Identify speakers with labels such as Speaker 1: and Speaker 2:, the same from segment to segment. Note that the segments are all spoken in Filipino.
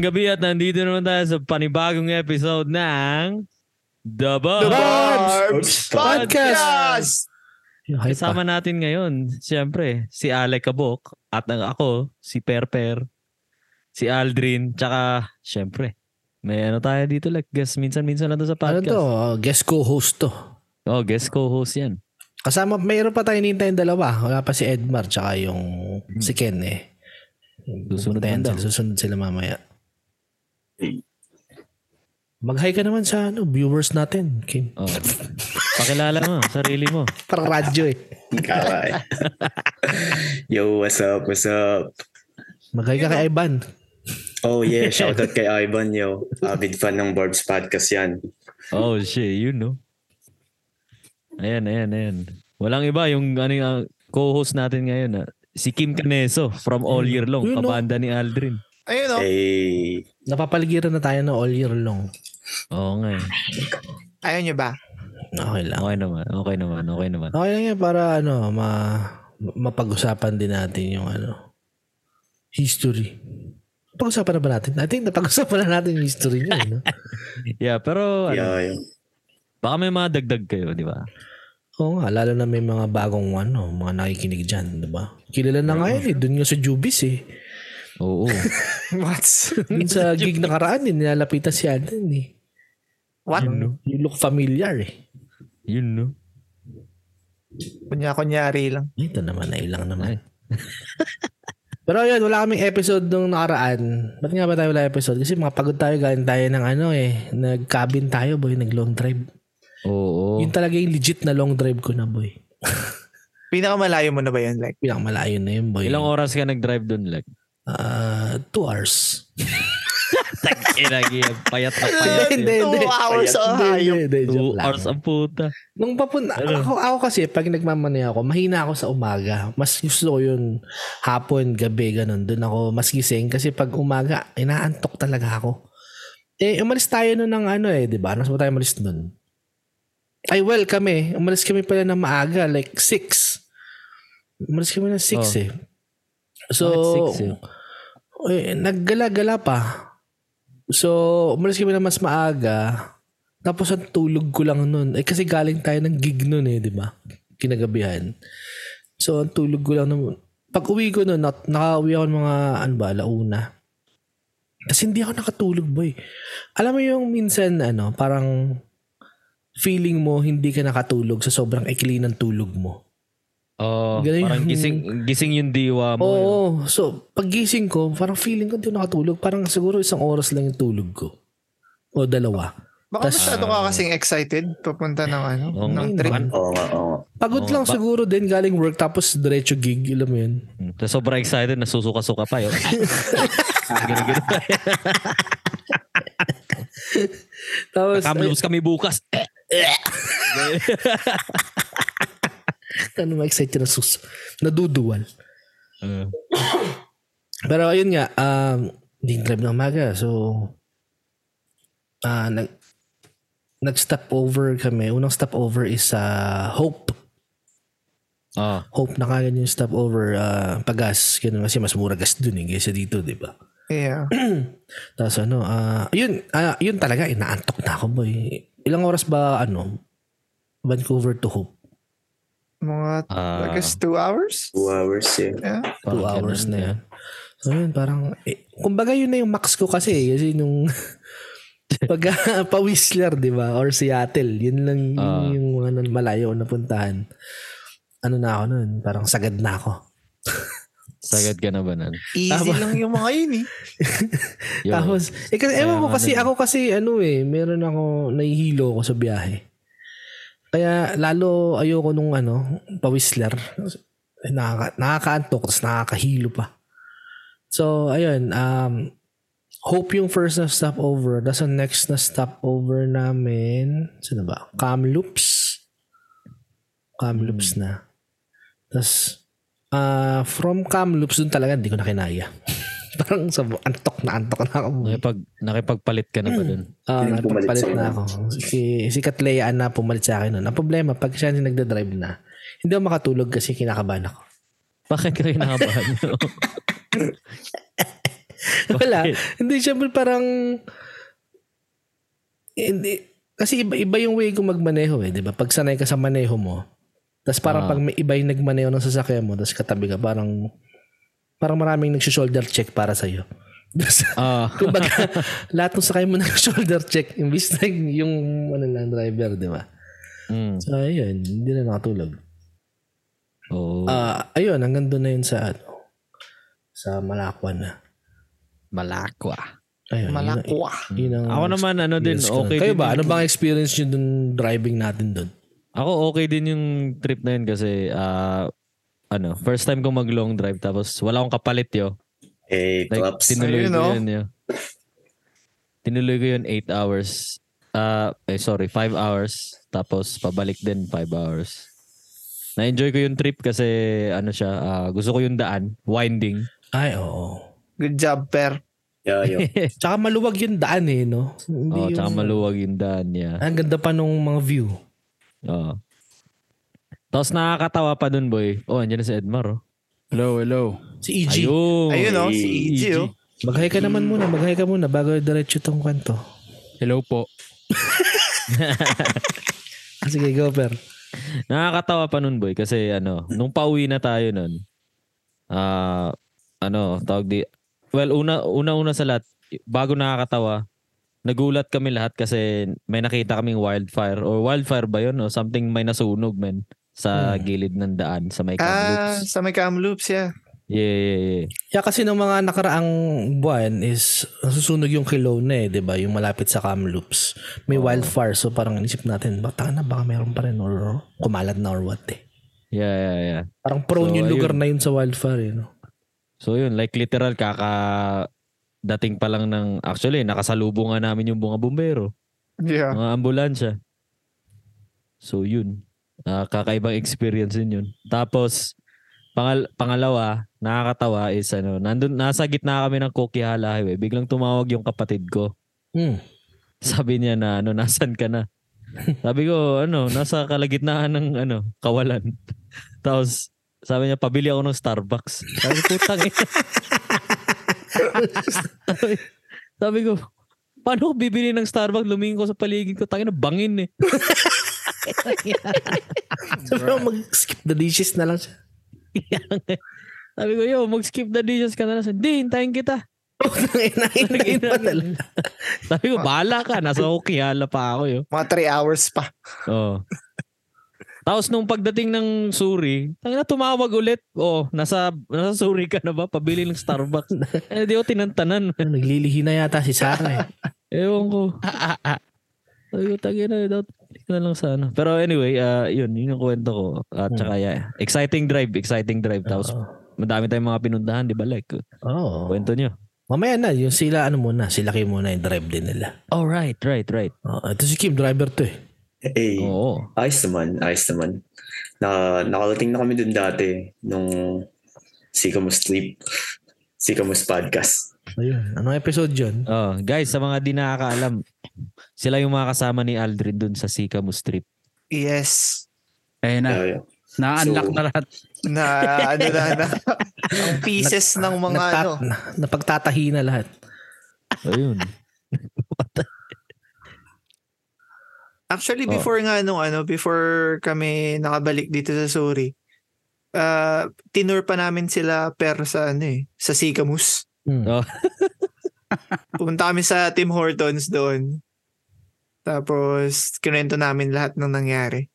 Speaker 1: gabi at nandito naman tayo sa panibagong episode ng The
Speaker 2: The
Speaker 1: Bug.
Speaker 2: Barbs
Speaker 1: Podcast.
Speaker 2: Podcast!
Speaker 1: Kasama natin ngayon, siyempre, si Alec Kabok at ang ako, si Perper, si Aldrin, tsaka siyempre, may ano tayo dito like guest minsan-minsan lang to sa
Speaker 3: Ano to?
Speaker 1: podcast.
Speaker 3: Oh, Guest co-host to.
Speaker 1: Oh, guest co-host yan.
Speaker 3: Kasama, mayroon pa tayo nintayong dalawa. Wala pa si Edmar tsaka yung si Ken eh.
Speaker 1: Susunod na
Speaker 3: Pumuntayan
Speaker 1: daw.
Speaker 3: sila, susunod sila mamaya. Mag-hi ka naman sa ano, viewers natin, Kim.
Speaker 1: Oh. Pakilala mo, sarili mo.
Speaker 3: Para radyo eh.
Speaker 2: Karay. Yo, what's up? What's up?
Speaker 3: Mag-hi ka kay Ivan.
Speaker 2: Oh yeah, shoutout kay Ivan, yo. Avid fan ng Barbs Podcast yan.
Speaker 1: Oh shit, you know. Ayan, ayan, ayan. Walang iba yung ano yung, ah, co-host natin ngayon ah, si Kim Caneso from All Year Long,
Speaker 3: Yun, no?
Speaker 1: kabanda ni Aldrin.
Speaker 4: Ayun oh.
Speaker 5: Oh.
Speaker 4: o.
Speaker 2: Hey,
Speaker 3: Napapaligiran na tayo na all year long.
Speaker 1: Oo nga. eh.
Speaker 4: Ayaw nyo ba?
Speaker 3: Okay lang.
Speaker 1: Okay naman, okay naman, okay naman.
Speaker 3: Okay lang yan para ano, ma mapag-usapan din natin yung ano, history. Napag-usapan na ba natin? I think napag-usapan na natin yung history niya. eh, No?
Speaker 1: Yeah, pero ano,
Speaker 2: yeah, yo.
Speaker 1: baka may mga dagdag kayo, di ba?
Speaker 3: Oo nga, lalo na may mga bagong ano, mga nakikinig dyan, di ba? Kilala na nga yun eh, dun nga sa Jubis eh.
Speaker 1: Oo.
Speaker 4: What?
Speaker 3: Dun sa gig na karaan eh, nilalapitan si Adan eh.
Speaker 4: What?
Speaker 1: yun no.
Speaker 3: You look familiar eh.
Speaker 1: Yun no.
Speaker 4: Kunya-kunyari lang.
Speaker 3: Ito naman, ay lang naman. Pero yun, wala kaming episode nung nakaraan. Ba't nga ba tayo wala episode? Kasi mga pagod tayo, galing tayo ng ano eh. Nag-cabin tayo boy, nag-long drive.
Speaker 1: Oo.
Speaker 3: Yun talaga yung legit na long drive ko na boy.
Speaker 4: Pinakamalayo mo na ba yun? Like,
Speaker 3: Pinakamalayo na yun boy.
Speaker 1: Ilang oras ka nag-drive doon, like?
Speaker 3: Ah, two hours.
Speaker 1: Inagi, Eh, ah, payat na payat.
Speaker 3: Hindi,
Speaker 1: eh.
Speaker 3: hindi.
Speaker 4: two hours
Speaker 3: Hindi,
Speaker 4: sa hayop.
Speaker 3: hindi, hindi,
Speaker 1: Two
Speaker 3: joke lang.
Speaker 1: hours ang puta.
Speaker 3: Nung papunta, ako, ako kasi pag nagmamanay ako, mahina ako sa umaga. Mas gusto ko yun hapon, gabi, ganun. Doon ako mas gising kasi pag umaga, inaantok talaga ako. Eh, umalis tayo nun ng ano eh, di ba? Nasa ba tayo umalis nun? Ay, well, kami. Umalis kami pala ng maaga, like 6. Umalis kami ng 6
Speaker 1: Oh.
Speaker 3: eh. So,
Speaker 1: Bakit six, eh?
Speaker 3: eh, naggala-gala pa. So, umalis kami na mas maaga. Tapos ang tulog ko lang nun. Eh kasi galing tayo ng gig nun eh, di ba? Kinagabihan. So, ang tulog ko lang nun. Pag uwi ko nun, nak- nakauwi ako ng mga, ano ba, launa. Kasi hindi ako nakatulog, boy. Alam mo yung minsan, ano, parang feeling mo hindi ka nakatulog sa sobrang ikli ng tulog mo.
Speaker 1: Oo.
Speaker 3: Ganun
Speaker 1: Oh, parang
Speaker 3: yung-
Speaker 1: gising, gising yung diwa mo.
Speaker 3: Oo. So, pagising ko, parang feeling ko hindi ako nakatulog. Parang siguro isang oras lang yung tulog ko. O dalawa. Tas-
Speaker 4: baka masyado ka kasing excited papunta ng ano,
Speaker 1: ah, Oo nga.
Speaker 4: ng trip.
Speaker 3: Ano?
Speaker 2: Oo nga, oo nga.
Speaker 3: Pagod
Speaker 1: Oo,
Speaker 3: lang
Speaker 1: ba-
Speaker 3: siguro din galing work tapos diretso gig. Alam mo yun?
Speaker 1: Mm. Tapos sobrang excited, nasusuka-suka pa yun.
Speaker 3: Tapos,
Speaker 1: Kamlus kami bukas.
Speaker 3: ay, ano ma-excite na sus. Naduduwal. Pero ayun nga, um, din grab ng umaga. So, ah nag, nag-stop over kami. Unang stop over is sa Hope.
Speaker 1: Ah,
Speaker 3: Hope na kagad yung stop over ah, pagas. Ganun kasi mas mura gas dun eh kaysa dito, di ba?
Speaker 4: Yeah.
Speaker 3: Tapos ano, ah, yun, ah, yun talaga, inaantok na ako boy. Ilang oras ba, ano, Vancouver to Hope?
Speaker 4: Mga, I
Speaker 1: ah,
Speaker 4: guess, two hours?
Speaker 2: Two hours, eh. yeah.
Speaker 4: Yeah.
Speaker 1: parang
Speaker 3: Two hours
Speaker 1: ganun
Speaker 3: na yan. So yun, parang, eh, kumbaga yun na yung max ko kasi, eh. kasi nung, pag pa-Whistler, di ba, or Seattle, yun lang yun
Speaker 1: Ah.
Speaker 3: yung mga nan- malayo na puntahan. Ano na ako nun, parang sagad na ako.
Speaker 1: Sagad ka na ba nun?
Speaker 4: Easy
Speaker 3: Tama.
Speaker 4: lang yung mga yun eh.
Speaker 1: Yun.
Speaker 3: Tapos, eh, kasi,
Speaker 1: Kaya
Speaker 3: ewan ko
Speaker 1: nga
Speaker 3: kasi,
Speaker 1: nun.
Speaker 3: ako kasi, ano eh, meron ako, nahihilo ko sa biyahe. Kaya, lalo ayoko nung, ano, pawisler. Eh, Nakaka, nakakaantok, tapos nakakahilo pa. So, ayun, um, hope yung first na stopover. Tapos ang next na stopover namin, sino ba? Kamloops.
Speaker 1: Hmm.
Speaker 3: Kamloops na. Tapos, ah, from Kamloops, dun talaga, hindi ko na kinaya. Parang sa antok na antok na ako.
Speaker 1: Nakipag, nakipagpalit ka na ba dun?
Speaker 3: Ah,
Speaker 2: Hindi na pumalit
Speaker 3: nagpapalit
Speaker 2: sa
Speaker 3: na
Speaker 2: inyo.
Speaker 3: ako. Si, si Katleya na pumalit sa akin nun. Ang problema, pag siya nagda-drive na, hindi ako makatulog kasi kinakabahan ako.
Speaker 1: Bakit ka kinakabahan?
Speaker 3: Wala.
Speaker 1: Bakit?
Speaker 3: Hindi, syempre parang... Hindi, kasi iba, iba yung way kung magmaneho eh, di ba? Pag sanay ka sa maneho mo, tapos parang
Speaker 1: Ah.
Speaker 3: pag may iba yung nagmaneho ng sasakyan mo, tapos katabi ka, parang parang maraming nag-shoulder check para sa'yo.
Speaker 1: Ah,
Speaker 3: Kumbaga, lahat ng sakay mo nag-shoulder check. Imbis na yung ano lang, driver, di ba?
Speaker 1: mm.
Speaker 3: So, ayun, hindi na nakatulog.
Speaker 1: Oo.
Speaker 3: Ah, ayun, hanggang doon na yun sa ano, sa Malakwan na.
Speaker 1: malakwa.
Speaker 3: Ayun, yun ang-
Speaker 4: Malakwa.
Speaker 1: eh.
Speaker 3: yun ang
Speaker 1: Ako naman, ano din,
Speaker 3: experience ko nun.
Speaker 1: okay
Speaker 3: Kayo
Speaker 1: din
Speaker 3: ba?
Speaker 1: yung-
Speaker 3: Ano bang experience nyo dun driving natin dun?
Speaker 1: Ako okay din yung trip na yun kasi ah, ano, first time kong mag long drive tapos wala akong kapalit yo.
Speaker 2: Hey,
Speaker 1: Like
Speaker 2: claps.
Speaker 1: tinuloy
Speaker 4: Ayun,
Speaker 1: ko
Speaker 4: oh.
Speaker 1: yun yo. Tinuloy ko yun 8 hours. Ah, eh sorry, 5 hours tapos pabalik din 5 hours. Na-enjoy ko yung trip kasi ano siya, ah, gusto ko yung daan, winding.
Speaker 3: Ay, oo.
Speaker 4: Good job, per.
Speaker 2: Yeah, yo.
Speaker 3: Tsaka maluwag yung daan eh, no? Hindi
Speaker 1: oh, tsaka
Speaker 3: yung-
Speaker 1: maluwag yung daan niya.
Speaker 3: Ang ganda pa nung mga view.
Speaker 1: Oo. Tapos nakakatawa pa dun, boy. Oh, andyan na si Edmar, oh.
Speaker 5: Hello, hello.
Speaker 3: Si EG.
Speaker 1: Ayun.
Speaker 4: Ayun, oh, si
Speaker 2: Hey,
Speaker 1: E
Speaker 4: EG, oh.
Speaker 3: Maghay ka naman muna, maghay ka muna bago diretso tong kwento.
Speaker 5: Hello po.
Speaker 3: Ah, Sige, go, Per.
Speaker 1: Nakakatawa pa nun, boy. Kasi ano, nung pauwi na tayo nun, ah, ano, tawag di, well, una, una-una sa lahat, bago nakakatawa, nagulat kami lahat kasi may nakita kaming wildfire or wildfire ba yun o something may nasunog men sa gilid ng daan sa may
Speaker 4: Ah,
Speaker 1: Kamloops.
Speaker 4: sa may Kamloops, yeah.
Speaker 1: Yeah, yeah, yeah.
Speaker 3: Yeah, kasi nung mga nakaraang buwan is nasusunog yung Kelowna eh, di ba? Yung malapit sa Kamloops. May wildfire, so parang inisip natin, baka na, baka meron pa rin or kumalat na or what eh.
Speaker 1: Yeah, yeah, yeah.
Speaker 3: Parang prone
Speaker 1: So,
Speaker 3: yung lugar
Speaker 1: ayun.
Speaker 3: na yun sa wildfire, eh, no?
Speaker 1: So yun, like literal kaka dating pa lang ng actually nakasalubong nga namin yung bunga bumbero.
Speaker 4: Yeah.
Speaker 1: Mga ambulansya. So yun. Ah, kakaibang experience din yun. Tapos, pangal pangalawa, nakakatawa is ano, nandun, nasa gitna kami ng Kokihala Highway. Biglang tumawag yung kapatid ko.
Speaker 3: Hmm.
Speaker 1: Sabi niya na, ano, nasan ka na? sabi ko, ano, nasa kalagitnaan ng, ano, kawalan. Tapos, sabi niya, pabili ako ng Starbucks. Sabi ko, putang ina." sabi, sabi ko, paano ko bibili ng Starbucks? Lumingin ko sa paligid ko, tangin na bangin eh.
Speaker 3: Sabi ko, mag-skip the dishes na lang siya.
Speaker 1: Sabi ko, yo, mag-skip the dishes ka na lang. Sabi, Hindi, hintayin kita.
Speaker 3: Hintayin pa talaga.
Speaker 1: Sabi ko, bahala ka. Nasa Okiala pa ako, yo.
Speaker 4: Mga 3 hours pa.
Speaker 1: Oo. Tapos nung pagdating ng Suri, tangin na tumawag ulit. Oh, nasa nasa Suri ka na ba? Pabili ng Starbucks. Eh, di ko tinantanan.
Speaker 3: Naglilihi na yata si Sarah eh.
Speaker 1: Ewan ko. Sabi ko, tangin na, dapat balik na lang sa ano. Pero anyway, ah, yun, yun yung kwento ko. At
Speaker 3: Hmm.
Speaker 1: saka, yeah, exciting drive, exciting drive. Tapos, madami tayong mga pinundahan, di ba? Like,
Speaker 3: Oo. Oh.
Speaker 1: kwento nyo.
Speaker 3: Mamaya na, yung sila ano muna, sila kayo muna yung drive din nila.
Speaker 1: Oh, right, right, right.
Speaker 3: Oo, ito si Kim, driver to eh.
Speaker 2: Hey.
Speaker 5: Oh.
Speaker 1: Oo.
Speaker 2: Ayos naman, ayos naman. Na, nakalating na kami dun dati nung Sikamus Sleep, Sikamus Podcast.
Speaker 3: Ayun. Anong episode yun?
Speaker 1: Oh, guys, sa mga di nakakaalam, sila yung mga kasama ni Aldrin dun sa Sikamu Strip.
Speaker 4: Yes.
Speaker 5: Ayun na.
Speaker 2: Yeah, yeah.
Speaker 5: Na-unlock
Speaker 2: So-
Speaker 5: na lahat.
Speaker 4: Na, ano na, na. Ang pieces ng mga ano.
Speaker 3: Nagtat- na, napagtatahi na lahat.
Speaker 1: Ayun.
Speaker 4: Actually,
Speaker 1: Oh.
Speaker 4: before nga nung ano, before kami nakabalik dito sa Suri, uh, tinur pa namin sila pero sa ano eh, sa Sikamus.
Speaker 3: Hmm.
Speaker 1: Oh.
Speaker 4: Pumunta kami sa Tim Hortons doon. Tapos, kinento namin lahat ng nangyari.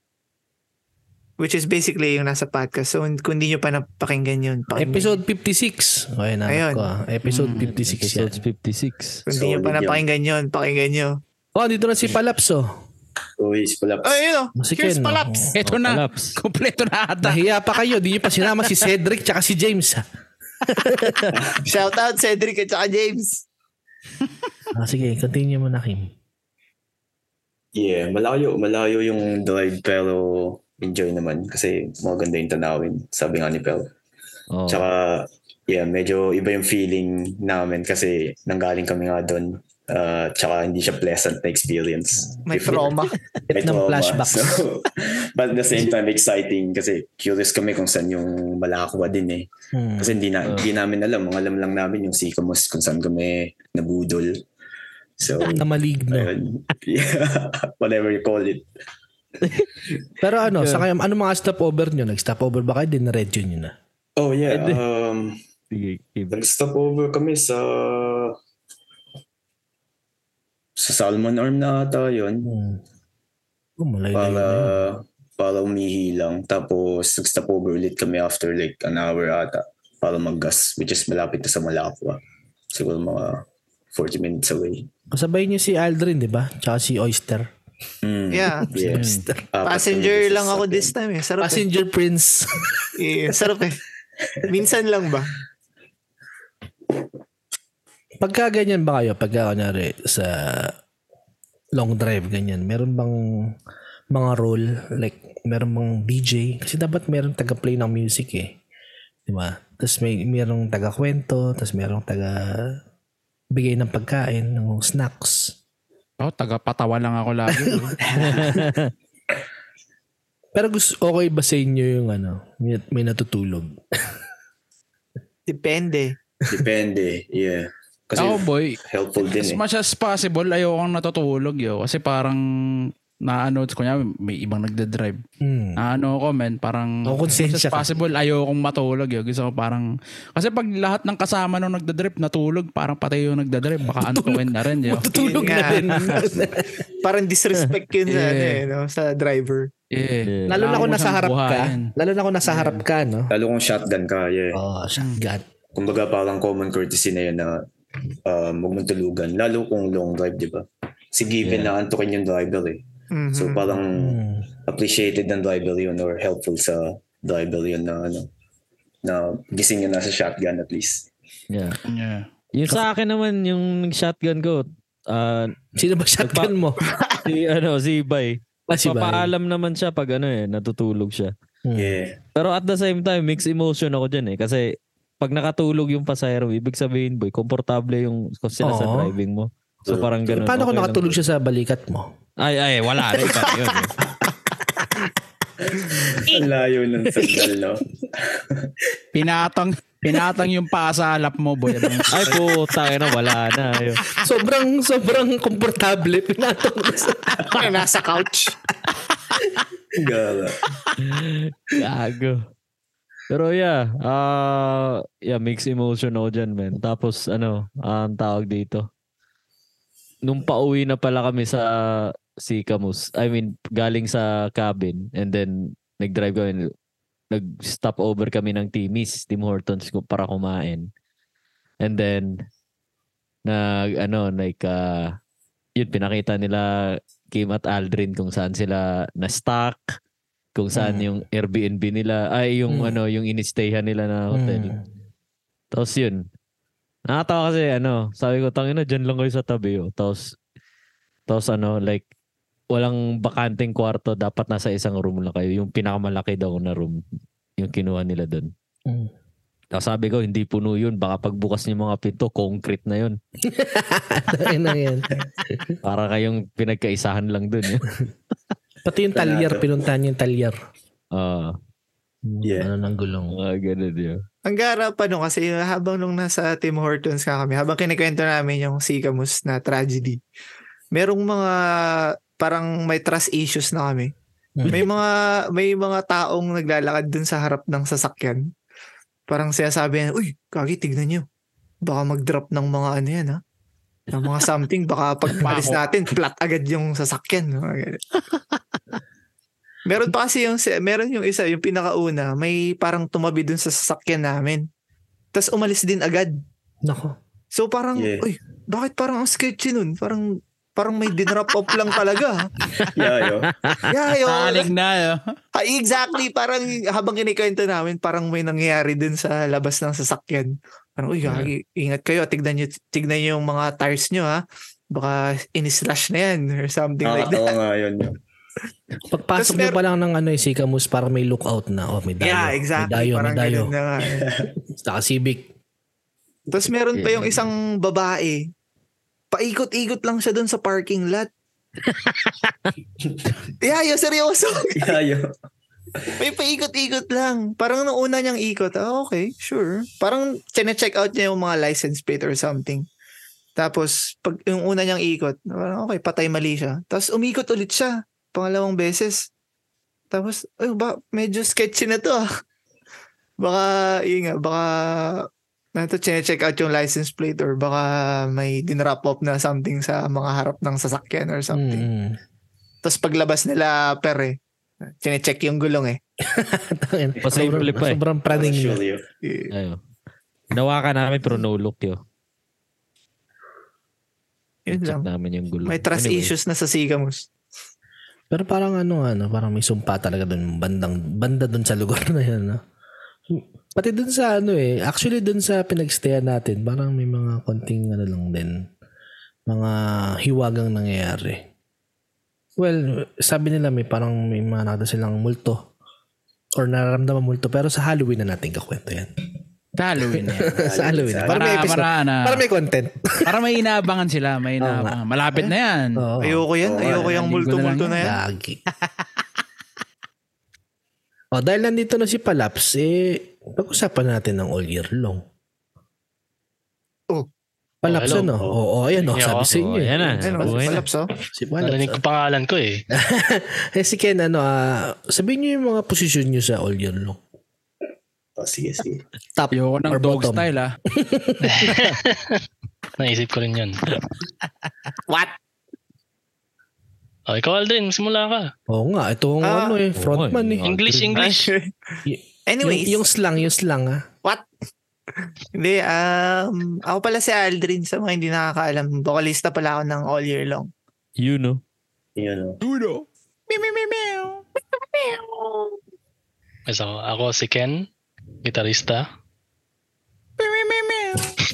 Speaker 4: Which is basically yung nasa podcast. So, kung hindi nyo pa napakinggan yun, pakinggan.
Speaker 3: Episode 56. Okay, na
Speaker 4: Ayun.
Speaker 3: ko. ah. Episode
Speaker 5: Hmm,
Speaker 3: 56
Speaker 1: Episode
Speaker 3: yan.
Speaker 1: 56.
Speaker 4: Kung hindi nyo pa
Speaker 2: Solid yun.
Speaker 4: napakinggan yun, pakinggan nyo.
Speaker 3: Oh, dito na si Palaps oh.
Speaker 2: Uy, pala.
Speaker 4: Oh, yun o.
Speaker 3: Si
Speaker 4: Here's
Speaker 3: Ken, oh.
Speaker 4: Palaps.
Speaker 5: Ito
Speaker 1: Oh,
Speaker 5: na.
Speaker 1: collapse.
Speaker 5: Kompleto na ata.
Speaker 3: Nahiya pa kayo, di nyo pa sinama si Cedric tsaka si James ah. ha.
Speaker 4: Shout out Cedric at saka James.
Speaker 3: Ah, sige, continue mo na Kim.
Speaker 2: Yeah, malayo, malayo yung drive pero enjoy naman kasi maganda yung tanawin, sabi nga ni Pel.
Speaker 1: Oh.
Speaker 2: Tsaka, yeah, medyo iba yung feeling namin kasi nanggaling kami nga doon Uh, tsaka hindi siya pleasant na experience.
Speaker 4: May
Speaker 2: Before-
Speaker 4: trauma.
Speaker 2: May
Speaker 3: ng
Speaker 2: trauma.
Speaker 3: flashbacks.
Speaker 2: So, but at the same time, exciting kasi curious kami kung saan yung malakawa din eh.
Speaker 3: Hmm.
Speaker 2: Kasi hindi, na,
Speaker 1: Ah.
Speaker 2: hindi namin alam. Ang alam lang namin yung Sycamus kung saan kami nabudol. So,
Speaker 3: Na maligno.
Speaker 2: ayun. Yeah. Whatever you call it.
Speaker 3: Pero
Speaker 1: Yeah.
Speaker 3: ano, sa kayo, ano mga stopover nyo? Nag-stopover ba kayo? Dinaredyo nyo na?
Speaker 2: Oh yeah.
Speaker 1: Pwede.
Speaker 2: Um,
Speaker 1: Sige, Kim.
Speaker 2: Nag-stopover kami sa sa Salmon Arm na ata yun
Speaker 3: Hmm. Oh, malayo-layo
Speaker 2: para
Speaker 3: na yun.
Speaker 2: para umihi lang tapos nag-stopover ulit kami after like an hour ata para mag-gas which is malapit na sa Malacqua siguro mga 40 minutes away
Speaker 3: Kasabay niyo si Aldrin, di ba? Tsaka si Oyster.
Speaker 2: Mm,
Speaker 4: Yeah.
Speaker 2: yeah.
Speaker 3: Oyster.
Speaker 2: Apat
Speaker 4: Passenger
Speaker 2: kami
Speaker 4: lang ako
Speaker 2: sasakyan.
Speaker 4: this time eh.
Speaker 3: Hmm.
Speaker 4: Sarap eh.
Speaker 3: Passenger Prince.
Speaker 4: Yeah, sarap eh. Minsan lang ba?
Speaker 3: Pagka ganyan ba kayo, pagka kunyari sa long drive, ganyan, meron bang mga role? Like, meron bang DJ? Kasi dapat meron taga-play ng music eh. Di ba? Tapos may merong taga-kwento, tapos merong taga bigay ng pagkain, ng snacks.
Speaker 5: Oh, taga-patawa lang ako lagi. eh.
Speaker 3: Pero gusto, okay ba sa inyo yung ano, may, may natutulog?
Speaker 4: Depende.
Speaker 2: depende yeah kasi
Speaker 5: ako, boy,
Speaker 2: helpful din
Speaker 5: as
Speaker 2: eh
Speaker 5: much as possible, ayokong natutulog yo. Kasi parang, naano, kunya may ibang nagdadrive.
Speaker 3: Hmm.
Speaker 5: Naano ko, man, parang,
Speaker 3: Oh,
Speaker 5: as
Speaker 3: konsensya ka.
Speaker 5: possible, ayokong matulog yo. Gusto ko parang, kasi pag lahat ng kasama nung nagdadrive, natulog, parang pati yung nagdadrive, baka antukin na rin yo.
Speaker 3: Matutulog
Speaker 4: Yun
Speaker 3: na
Speaker 4: nga.
Speaker 3: rin.
Speaker 4: Parang disrespect yun sa,
Speaker 5: Yeah.
Speaker 4: ano, eh, no? sa driver.
Speaker 5: Yeah.
Speaker 1: Yeah.
Speaker 3: Lalo na
Speaker 5: Kailangan
Speaker 3: kung
Speaker 5: mo
Speaker 3: nasa
Speaker 5: siyang
Speaker 3: harap ka.
Speaker 5: buhayin.
Speaker 3: Lalo na kung nasa harap ka, no?
Speaker 2: lalo kung shotgun ka yeah
Speaker 3: Oh, shotgun.
Speaker 2: kumbaga parang common courtesy na yun na um, huwag mong tulugan. Lalo kung long drive, di ba? Kasi given na antukin yung driver eh.
Speaker 4: Mhm.
Speaker 2: So parang
Speaker 3: Hmm.
Speaker 2: appreciated ng driver yun or helpful sa driver yun na ano na gising yun nasa shotgun at least.
Speaker 1: Yeah.
Speaker 5: Yeah.
Speaker 1: Yung sa akin naman, yung shotgun ko, ah,
Speaker 3: Sino ba shotgun mo?
Speaker 1: si, ano, si Bay.
Speaker 3: Ah, si Bay.
Speaker 1: Papaalam naman siya pag ano eh, natutulog siya.
Speaker 2: Yeah.
Speaker 1: Pero at the same time, mixed emotion ako dyan eh. Kasi pag nakatulog yung pasahero, ibig sabihin boy, komportable yung sila sa
Speaker 3: Oo.
Speaker 1: driving mo. So
Speaker 2: True.
Speaker 1: parang ganun.
Speaker 3: Paano
Speaker 1: okay
Speaker 3: kung
Speaker 1: lang.
Speaker 3: nakatulog siya sa balikat mo?
Speaker 1: Ay, ay, wala. na iba yun. eh.
Speaker 2: Ang layo ng sandal, no?
Speaker 5: Pinatang, pinatang yung paa sa halap mo, boy. Ang-
Speaker 1: Ay, puta na, wala na. Ayun.
Speaker 3: Sobrang, sobrang komportable. Pinatong ko sa...
Speaker 4: Parang nasa couch.
Speaker 2: Gara.
Speaker 1: Gago. Pero yeah, ah yeah, mixed emotion ako dyan, man. Tapos ano, ang tawag dito. Nung pauwi na pala kami sa Sikamus, I mean, galing sa cabin and then nag-drive kami, nag-stop over kami ng Timis, Tim Hortons ko para kumain. And then, nag, ano, like, ah, yun, pinakita nila Kim at Aldrin kung saan sila na-stuck, kung saan
Speaker 3: Mm.
Speaker 1: yung Airbnb nila, ay yung
Speaker 3: Mm.
Speaker 1: ano, yung inistayhan nila na hotel.
Speaker 3: Hmm.
Speaker 1: Tapos yun. Nakatawa kasi ano, sabi ko, tangina, dyan lang kayo sa tabi. Oh. Tapos, tapos ano, like, walang bakanting kwarto, dapat nasa isang room lang kayo. Yung pinakamalaki daw na room, yung kinuha nila doon.
Speaker 3: Mm.
Speaker 1: Tapos sabi ko, hindi puno yun. Baka pagbukas niyo mga pinto, concrete na yun.
Speaker 3: Ayun na yan.
Speaker 1: Para kayong pinagkaisahan lang doon. Eh.
Speaker 3: Pati yung talyer, pinuntahan niyo yung talyer.
Speaker 1: Ah,
Speaker 2: Yeah.
Speaker 3: Ano ng gulong.
Speaker 1: mga ganun yun.
Speaker 4: Ang gara pa no kasi habang nung nasa Tim Hortons ka kami, habang kinikwento namin yung Sigamus na tragedy, merong mga parang may trust issues na kami. May mga may mga taong naglalakad dun sa harap ng sasakyan. Parang sinasabi niya, uy, kagi, tignan niyo. Baka mag-drop ng mga ano yan, ha? Ng mga something, baka pag paalis natin, flat agad yung sasakyan. no? meron pa kasi yung, meron yung isa, yung pinakauna, may parang tumabi dun sa sasakyan namin. Tapos umalis din agad.
Speaker 3: Nako.
Speaker 4: So parang,
Speaker 2: Yeah.
Speaker 4: uy, bakit parang ang sketchy nun? Parang, parang may dinrop off lang talaga.
Speaker 2: Yeah, yo.
Speaker 4: Yeah, yun.
Speaker 5: Talig na, yo.
Speaker 4: Ah, exactly. Parang habang kinikwento namin, parang may nangyayari dun sa labas ng sasakyan. Parang, uy,
Speaker 1: Yeah.
Speaker 4: gagi, ingat kayo. Tignan nyo, tignan nyo yung mga tires nyo, ha? Baka in-slash na yan or something
Speaker 3: Ah,
Speaker 4: like that.
Speaker 2: Nakakatawa Ah, nga yun. yo.
Speaker 3: Pagpasok
Speaker 4: Tapos
Speaker 3: niyo
Speaker 4: mer-
Speaker 3: pa lang ng ano, yung Sikamus para may lookout na. Oh, may dayo.
Speaker 4: Yeah, exactly.
Speaker 3: May dayo,
Speaker 4: parang
Speaker 3: may dayo.
Speaker 4: ganun na nga.
Speaker 3: Saka Civic.
Speaker 4: Tapos meron pa yung isang babae paikot-ikot lang siya doon sa parking lot. yeah, yo, seryoso.
Speaker 2: Yayo.
Speaker 4: May paikot-ikot lang. Parang nung una niyang ikot, ah, okay, sure. Parang check out niya yung mga license plate or something. Tapos, pag yung una niyang ikot, parang okay, patay mali siya. Tapos umikot ulit siya, pangalawang beses. Tapos, ay, ba, medyo sketchy na to ah. Baka, yun nga, baka na to check out yung license plate or baka may dinrap up na something sa mga harap ng sasakyan or
Speaker 3: Mm.
Speaker 4: something. Tapos paglabas nila pere, check yung gulong eh.
Speaker 3: Tangin.
Speaker 1: Pasimple
Speaker 3: Sobrang-
Speaker 1: pa eh.
Speaker 3: Sobrang praning nila.
Speaker 2: Actually, yun.
Speaker 4: Eh,
Speaker 1: Ayo. Nawakan namin pero no look yun.
Speaker 4: Yun lang.
Speaker 1: Check namin yung gulo.
Speaker 4: May trust
Speaker 1: Anyway,
Speaker 4: issues na sa Sigamos.
Speaker 3: Pero parang ano, ano, parang may sumpa talaga dun, bandang, banda dun sa lugar na yan. No? Pati dun sa ano eh, actually dun sa pinagstayan natin, parang may mga konting ano lang din, mga hiwagang nangyayari. Well, sabi nila may parang may mga nakita silang multo or nararamdaman multo pero sa Halloween na natin kakwento yan.
Speaker 5: Sa Halloween na yan.
Speaker 3: sa Halloween.
Speaker 2: Sa-
Speaker 3: Para may
Speaker 5: Para,
Speaker 3: episode.
Speaker 5: para, na,
Speaker 3: Para may content.
Speaker 5: para may inaabangan sila. May inaabangan. Malapit na yan.
Speaker 3: Oo.
Speaker 4: Ayoko yan.
Speaker 2: Oo,
Speaker 4: Ayoko yung
Speaker 5: linggo
Speaker 4: multo-multo
Speaker 5: na
Speaker 4: na yan.
Speaker 3: Lagi. o, dahil nandito na si Palaps, eh, pag-usapan natin ng all year long.
Speaker 4: Oh.
Speaker 3: Palaps,
Speaker 6: Oh, hello.
Speaker 3: ano? Oo, oh, ayan, oh,
Speaker 6: Yeah,
Speaker 3: sabi
Speaker 6: oh,
Speaker 3: sa inyo.
Speaker 1: oh, ayan na.
Speaker 4: Ayun,
Speaker 1: Buhay na.
Speaker 4: palapso.
Speaker 3: Si
Speaker 6: Narinig ko
Speaker 3: Palaps.
Speaker 6: pangalan ko eh.
Speaker 3: eh, si Ken, ano, ah, sabihin niyo yung mga posisyon niyo sa all year long.
Speaker 2: Oh, sige, sige.
Speaker 3: Top
Speaker 5: Ayoko ng
Speaker 3: or
Speaker 5: dog
Speaker 3: bottom.
Speaker 5: style ah.
Speaker 6: Naisip ko rin yun.
Speaker 4: What?
Speaker 6: O, Oh, ikaw Aldrin, simula ka.
Speaker 3: Oo nga, ito ang
Speaker 4: Ah.
Speaker 3: ano eh, frontman
Speaker 1: Oo,
Speaker 3: eh.
Speaker 1: eh.
Speaker 6: English, English.
Speaker 4: Anyways.
Speaker 3: Yung, yung slang, yung slang ah.
Speaker 4: Hindi, um, ako pala si Aldrin sa mga hindi nakakaalam. Vocalista pala ako ng all year long.
Speaker 1: You know.
Speaker 2: Yun, oh.
Speaker 5: Dudo.
Speaker 6: Mas ako, ako si Ken, gitarista.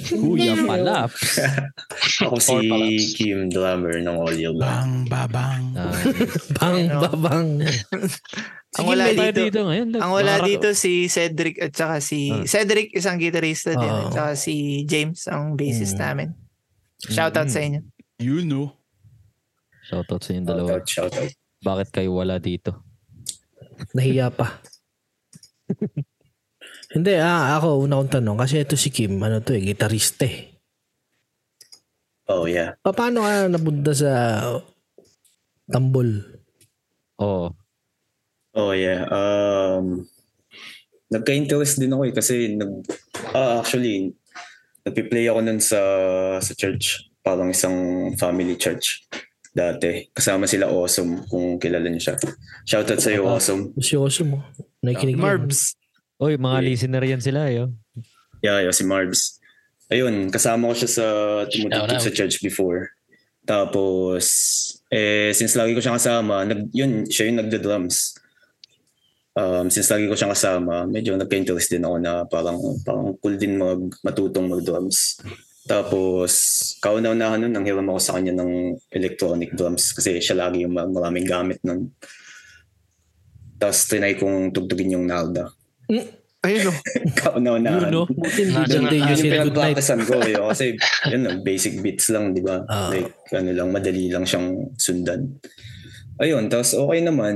Speaker 1: Kuya palap.
Speaker 2: Ako si
Speaker 6: Or collapse.
Speaker 2: Kim Drummer ng All Year Long.
Speaker 5: Bang, babang.
Speaker 1: Ah,
Speaker 3: Bang,
Speaker 4: Ano?
Speaker 3: babang.
Speaker 4: Ang
Speaker 1: sige,
Speaker 4: wala
Speaker 1: tayo
Speaker 4: dito.
Speaker 1: dito ngayon. Lag.
Speaker 4: Ang wala
Speaker 1: Nakaka-
Speaker 4: dito si Cedric at saka si...
Speaker 1: Ah.
Speaker 4: Cedric, isang gitarista din.
Speaker 3: Ah.
Speaker 4: At saka si James, ang bassist
Speaker 3: Mm.
Speaker 4: namin. Shoutout sa inyo.
Speaker 5: You know.
Speaker 1: Shoutout sa inyong
Speaker 2: Shout
Speaker 1: dalawa.
Speaker 2: out, shout out.
Speaker 1: Bakit kayo wala dito?
Speaker 3: Nahiya pa. Hindi, ah, ako, una kong tanong. Kasi ito si Kim, ano to eh, gitarista eh.
Speaker 2: Oh, yeah.
Speaker 3: Pa- Paano ka napunta sa Tambol?
Speaker 1: Oo.
Speaker 2: Oh, yeah. Um, nagka-interest din ako eh kasi nag, ah, actually, nagpi-play ako nun sa, sa church. Parang isang family church dati. Kasama sila Awesome kung kilala niyo siya. Shoutout sa iyo,
Speaker 3: Ah.
Speaker 2: Awesome.
Speaker 3: Seryoso mo. Nakikinig ka.
Speaker 4: Marbs.
Speaker 1: Oy, mga
Speaker 2: Yeah.
Speaker 1: listener yan sila. Yo.
Speaker 2: Yeah, yeah, si Marbs. Ayun, kasama ko siya sa tumutugtog
Speaker 6: Shout out.
Speaker 2: sa church before. Tapos, eh, since lagi ko siyang kasama, nag, yun, siya yung nagda-drums. Um, since lagi ko siyang kasama, medyo nagka-interest din ako na parang, parang cool din mag, matutong mag-drums. Tapos, kauna-unahan nun, nanghiram ako sa kanya ng electronic drums kasi siya lagi yung ma- maraming gamit nun. Tapos, tinay kong tugtugin yung Nalda.
Speaker 4: Ayun o.
Speaker 2: kauna-unahan.
Speaker 1: You know.
Speaker 3: Buti hindi din
Speaker 6: Nandiyan
Speaker 3: tayo yung
Speaker 6: na- ah,
Speaker 2: Yun yung
Speaker 3: sila good night.
Speaker 2: pinag-practicean ko yun. Kasi yun, ang basic beats lang, di ba?
Speaker 3: Ah.
Speaker 2: Like, ano lang, madali lang siyang sundan. Ayun, tapos okay naman.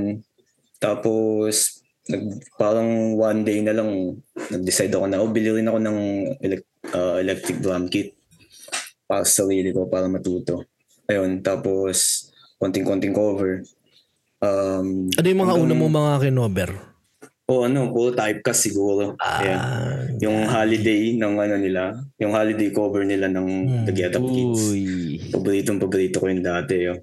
Speaker 2: Tapos, nag, parang one day na lang, nag-decide ako na, oh, bili rin ako ng elec- ah, electric drum kit para sa sarili ko, para matuto. Ayun, tapos, konting-konting cover. Um,
Speaker 3: Ano yung mga una
Speaker 2: hanggang-
Speaker 3: mo mga kinover?
Speaker 2: O ano, puro typecast siguro. Ayan.
Speaker 3: Ah,
Speaker 2: Yung holiday ng ano nila, yung holiday cover nila ng
Speaker 3: Hmm.
Speaker 2: The Get Up Kids.
Speaker 1: Uy.
Speaker 2: Paboritong paborito ko yun dati. oh. Yo.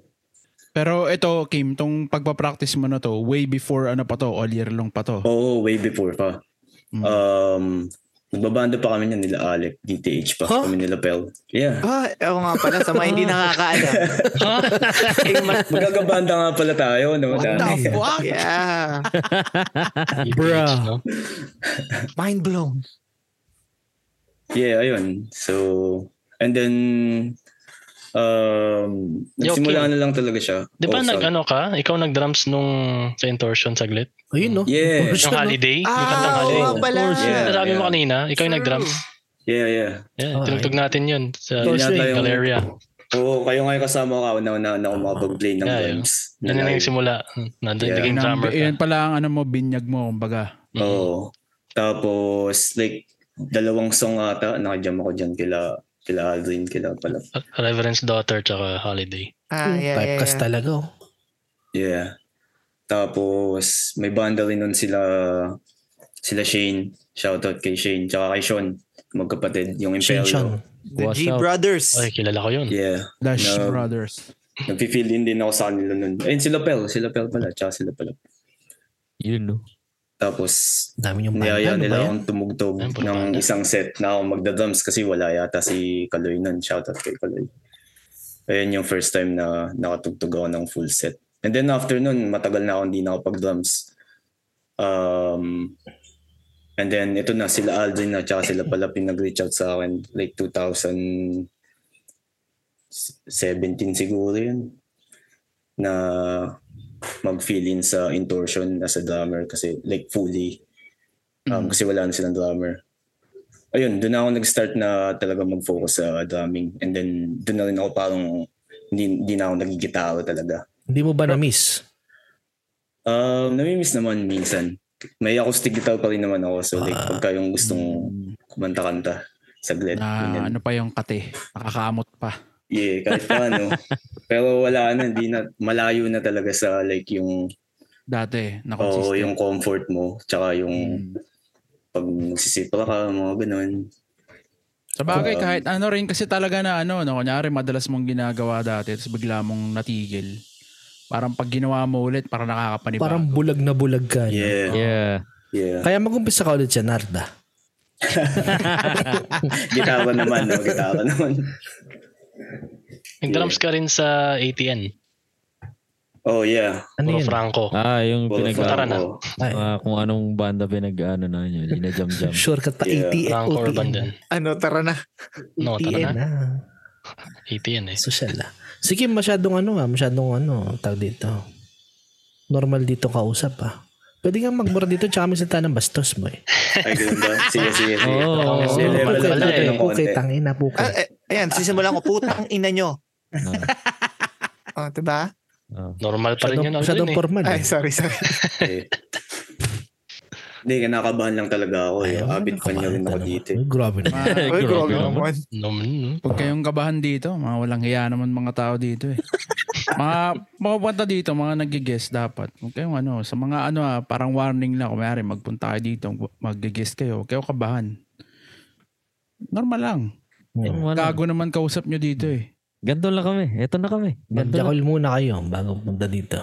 Speaker 5: Pero ito, Kim, tong pagpa-practice mo na to, way before ano pa to, all year long pa to.
Speaker 2: Oo, way before pa.
Speaker 3: Hmm.
Speaker 5: Mm.
Speaker 2: Um, nagbabanda pa kami niyan nila Alec, DTH pa
Speaker 3: Huh?
Speaker 2: kami nila Pel. Yeah.
Speaker 4: Ah, ako nga pala sa mga hindi nakakaalam.
Speaker 2: Magkakabanda nga pala tayo. No? Dati.
Speaker 5: fuck?
Speaker 4: Yeah. Ah,
Speaker 3: Bruh.
Speaker 6: no?
Speaker 4: Mind blown.
Speaker 2: Yeah, ayun. So, and then, um,
Speaker 6: Yo,
Speaker 2: nagsimula
Speaker 6: Kim.
Speaker 2: na lang talaga siya.
Speaker 6: Di ba
Speaker 2: Oh,
Speaker 6: nag,
Speaker 2: sorry.
Speaker 6: ano ka? Ikaw nag-drums nung sa Intorsion saglit?
Speaker 3: ayun no?
Speaker 2: Yeah.
Speaker 3: Push
Speaker 6: Yung
Speaker 3: na, no?
Speaker 6: holiday? yung kantang
Speaker 4: Ah, oo
Speaker 6: holiday?
Speaker 4: nga pala.
Speaker 1: Of course,
Speaker 2: yeah.
Speaker 6: Yeah, Sabi mo kanina, ikaw yung
Speaker 4: True.
Speaker 6: nag-drums.
Speaker 2: Yeah, yeah.
Speaker 6: Yeah,
Speaker 3: Ah,
Speaker 6: tinugtog natin yun sa
Speaker 4: eh.
Speaker 3: Torsion.
Speaker 6: Galeria.
Speaker 2: Oo, kayo nga yung kasama ko kauna-una na makapag-play ng
Speaker 6: Ah, Yeah,
Speaker 2: games.
Speaker 6: Yan na yung simula. Nandun
Speaker 2: Yeah.
Speaker 6: naging drummer ka.
Speaker 5: Yan pala ang ano mo, binyag mo, kumbaga.
Speaker 6: Mhm.
Speaker 2: Oo. Tapos, like, dalawang song ata, nakajam ako dyan kila, kila Aldrin, kila pala.
Speaker 6: Reverend's Daughter tsaka Holiday.
Speaker 4: Ah, yeah, yeah,
Speaker 3: Typecast
Speaker 4: yeah.
Speaker 3: talaga oh.
Speaker 2: Yeah. Tapos, may banda rin nun sila, sila Shane. Shoutout kay Shane. Tsaka kay Sean, magkapatid, yung oh.
Speaker 3: Shin
Speaker 2: Imperio.
Speaker 3: Shang.
Speaker 4: The
Speaker 1: Watch
Speaker 4: G
Speaker 1: out.
Speaker 4: Brothers.
Speaker 6: Ay, kilala ko yun.
Speaker 2: Yeah.
Speaker 5: Dash
Speaker 2: No.
Speaker 5: Brothers.
Speaker 2: Nag-feel in din ako sa kanila nun. Ayun, sila Pel. Sila Pel pala. Tsaka sila pala.
Speaker 1: Yun, no?
Speaker 2: Tapos,
Speaker 3: Dami yung banda. ano
Speaker 2: Niyaya
Speaker 3: ba
Speaker 2: nila oh.
Speaker 3: yan?
Speaker 2: akong tumugtog
Speaker 6: Ayun, puro
Speaker 2: ng
Speaker 6: banda.
Speaker 2: isang set na ako magda-drums kasi wala yata si Kaloy nun. Shoutout kay Kaloy. Ayun yung first time na nakatugtog ako ng full set. And then after nun, matagal na ako hindi nakapag-drums. Um, and then ito na sila Aldrin na tsaka sila pala pinag-reach out sa akin like 2017 siguro yun na mag-fill in sa intorsion as a drummer kasi like fully
Speaker 5: Mm-hmm.
Speaker 2: Um, Kasi wala na silang drummer. Ayun, doon na ako nag-start na talaga mag-focus sa drumming. And then, doon na rin ako parang hindi, hindi na ako nagigitara talaga.
Speaker 3: Hindi mo ba na-miss?
Speaker 2: Um, namimiss naman minsan. May acoustic guitar pa rin naman ako. So,
Speaker 5: Ah.
Speaker 2: like, pagka yung gustong
Speaker 5: Mm.
Speaker 2: kumanta-kanta, saglit.
Speaker 5: Na
Speaker 2: ganyan.
Speaker 5: ano pa yung kate. Nakakamot pa.
Speaker 2: Yeah, kahit pa ano. Pero wala na, hindi na, malayo na talaga sa like yung,
Speaker 5: Dati. Na
Speaker 2: oh,
Speaker 5: consistent.
Speaker 2: yung comfort mo. Tsaka yung
Speaker 5: Mm.
Speaker 2: pag nagsisipra ka, mga ganun.
Speaker 5: Sa bagay,
Speaker 2: Um,
Speaker 5: kahit ano rin kasi talaga na ano, no, kunyari madalas mong ginagawa dati tapos bigla mong natigil. Parang pag ginawa mo ulit, parang nakakapanibago.
Speaker 3: Parang bulag na bulag ka. no?
Speaker 2: Yeah,
Speaker 1: Yeah.
Speaker 2: yeah.
Speaker 3: Kaya mag-umpisa ka ulit siya, Narda.
Speaker 2: Gitara naman, no? Gitara naman.
Speaker 6: Nag-drums ka rin sa ATN.
Speaker 2: Oh yeah.
Speaker 3: Ano
Speaker 6: Puro
Speaker 3: yun?
Speaker 6: Franco.
Speaker 1: Ah, yung
Speaker 2: Puro
Speaker 1: pinag
Speaker 6: Tara na.
Speaker 2: Franco.
Speaker 3: Ay,
Speaker 1: ah, kung anong banda pinag-ano na yun. Ina-jam-jam.
Speaker 3: sure ka ta.
Speaker 2: Yeah.
Speaker 3: ATN.
Speaker 6: Franco
Speaker 3: OTN.
Speaker 6: Urban Ano? din.
Speaker 4: Ano, tara na.
Speaker 6: No, tara
Speaker 3: ATN,
Speaker 6: na.
Speaker 3: ah.
Speaker 6: ATN eh.
Speaker 3: Social ah. Sige, masyadong ano ah, masyadong ano, tag dito. Normal dito kausap ah. Pwede kang magmura dito tsaka may salita ng bastos mo eh.
Speaker 2: Ay, ganun ba? Sige, sige, sige.
Speaker 1: Oo.
Speaker 6: Oo.
Speaker 2: Kasi level up
Speaker 6: Pukay,
Speaker 3: Pukay,
Speaker 6: wala
Speaker 2: natin
Speaker 3: pukay,
Speaker 2: ng
Speaker 3: pukay,
Speaker 2: konti.
Speaker 3: tangin na pukay.
Speaker 4: Ah, eh, ayan, sisimulan ko. Putang ina nyo.
Speaker 1: Ah.
Speaker 4: Oh, diba?
Speaker 1: Ah.
Speaker 6: Normal pa rin
Speaker 3: Masyadong,
Speaker 6: yun.
Speaker 3: masyadong
Speaker 6: Aldrin, eh.
Speaker 3: formal eh.
Speaker 4: Ay, sorry, sorry.
Speaker 2: Eh. Hindi, kinakabahan lang talaga ako.
Speaker 3: Ayaw,
Speaker 2: Eh. Abit pa niya rin ako
Speaker 3: kumanta
Speaker 2: dito. eh.
Speaker 3: naman. Ay, Grabe na.
Speaker 5: Mga-
Speaker 4: Uy,
Speaker 1: Grabe
Speaker 4: grabe
Speaker 1: naman.
Speaker 4: naman.
Speaker 6: No, mm,
Speaker 5: Huwag kayong kabahan dito. Mga walang hiya naman mga tao dito eh. mga mapupunta dito, mga nag-guest dapat. Huwag kayong ano, sa mga ano ah, parang warning na. Kumayari, magpunta kayo dito, mag-guest kayo. Huwag kayong kabahan. Normal lang.
Speaker 1: Yun, wala.
Speaker 5: Gago naman kausap nyo dito eh.
Speaker 1: Ganto lang kami. Eto na kami. Ganto lang.
Speaker 3: Magjakol muna kayo bago punta dito.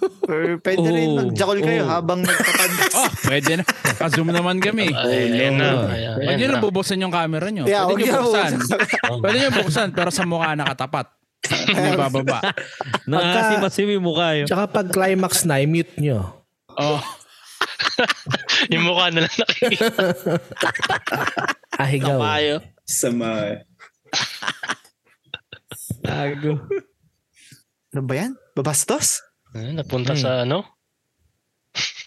Speaker 4: Or pwede rin
Speaker 1: Oh,
Speaker 4: mag-jackal kayo
Speaker 1: oh.
Speaker 4: habang nagpapag...
Speaker 5: Oh, pwede na. Kazoom naman kami.
Speaker 6: Ay, ayan na. Ayan,
Speaker 5: Huwag
Speaker 6: ayan
Speaker 5: nyo
Speaker 6: na.
Speaker 5: lang bubuksan yung camera nyo.
Speaker 4: Yeah, huwag
Speaker 5: Pwede nyo
Speaker 4: niyo
Speaker 5: buksan.
Speaker 6: Oh.
Speaker 5: Pwede nyo buksan, pero sa mukha nakatapat. Hindi bababa.
Speaker 1: Nakakasimasimi mo kayo.
Speaker 3: Tsaka pag climax na, i-mute nyo.
Speaker 5: Oh,
Speaker 6: Yung mukha na lang nakikita.
Speaker 3: Ah, Ahigaw.
Speaker 2: Sa mga...
Speaker 1: Tago.
Speaker 4: Ano ba yan? Babastos?
Speaker 6: Ah, Napunta sa ano?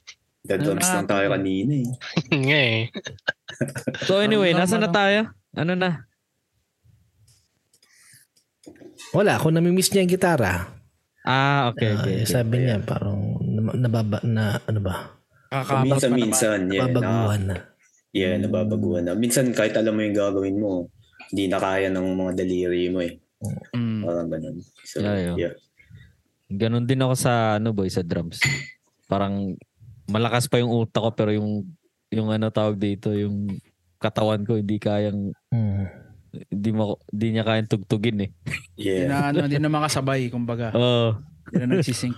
Speaker 2: Dadrums lang tayo kanina eh.
Speaker 6: Yun Nga eh.
Speaker 1: So anyway,
Speaker 5: Normal
Speaker 1: nasa na
Speaker 5: lang.
Speaker 1: tayo? Ano na?
Speaker 3: Wala, kung namimiss niya yung gitara,
Speaker 1: Ah, okay. okay,
Speaker 3: Okay,
Speaker 1: okay.
Speaker 3: sabi niya parang na- nababa na ano ba?
Speaker 5: kakabot pa naman.
Speaker 2: Minsan-minsan. Yeah, na,
Speaker 3: Babaguhan na.
Speaker 2: yeah, nababaguhan na. Minsan kahit alam mo yung gagawin mo, hindi na kaya ng mga daliri mo eh.
Speaker 5: Mm.
Speaker 2: Parang ganun. So,
Speaker 1: Yeah, yeah.
Speaker 2: yeah.
Speaker 1: Ganon din ako sa ano boy sa drums. Parang malakas pa yung utak ko pero yung yung ano tawag dito yung katawan ko hindi kayang
Speaker 3: Hmm.
Speaker 1: hindi ma hindi niya kayang tugtugin eh.
Speaker 5: Hindi
Speaker 2: Yeah.
Speaker 5: na, ano, hindi na makasabay, kumbaga.
Speaker 1: Oo.
Speaker 5: Hindi na nagsisink.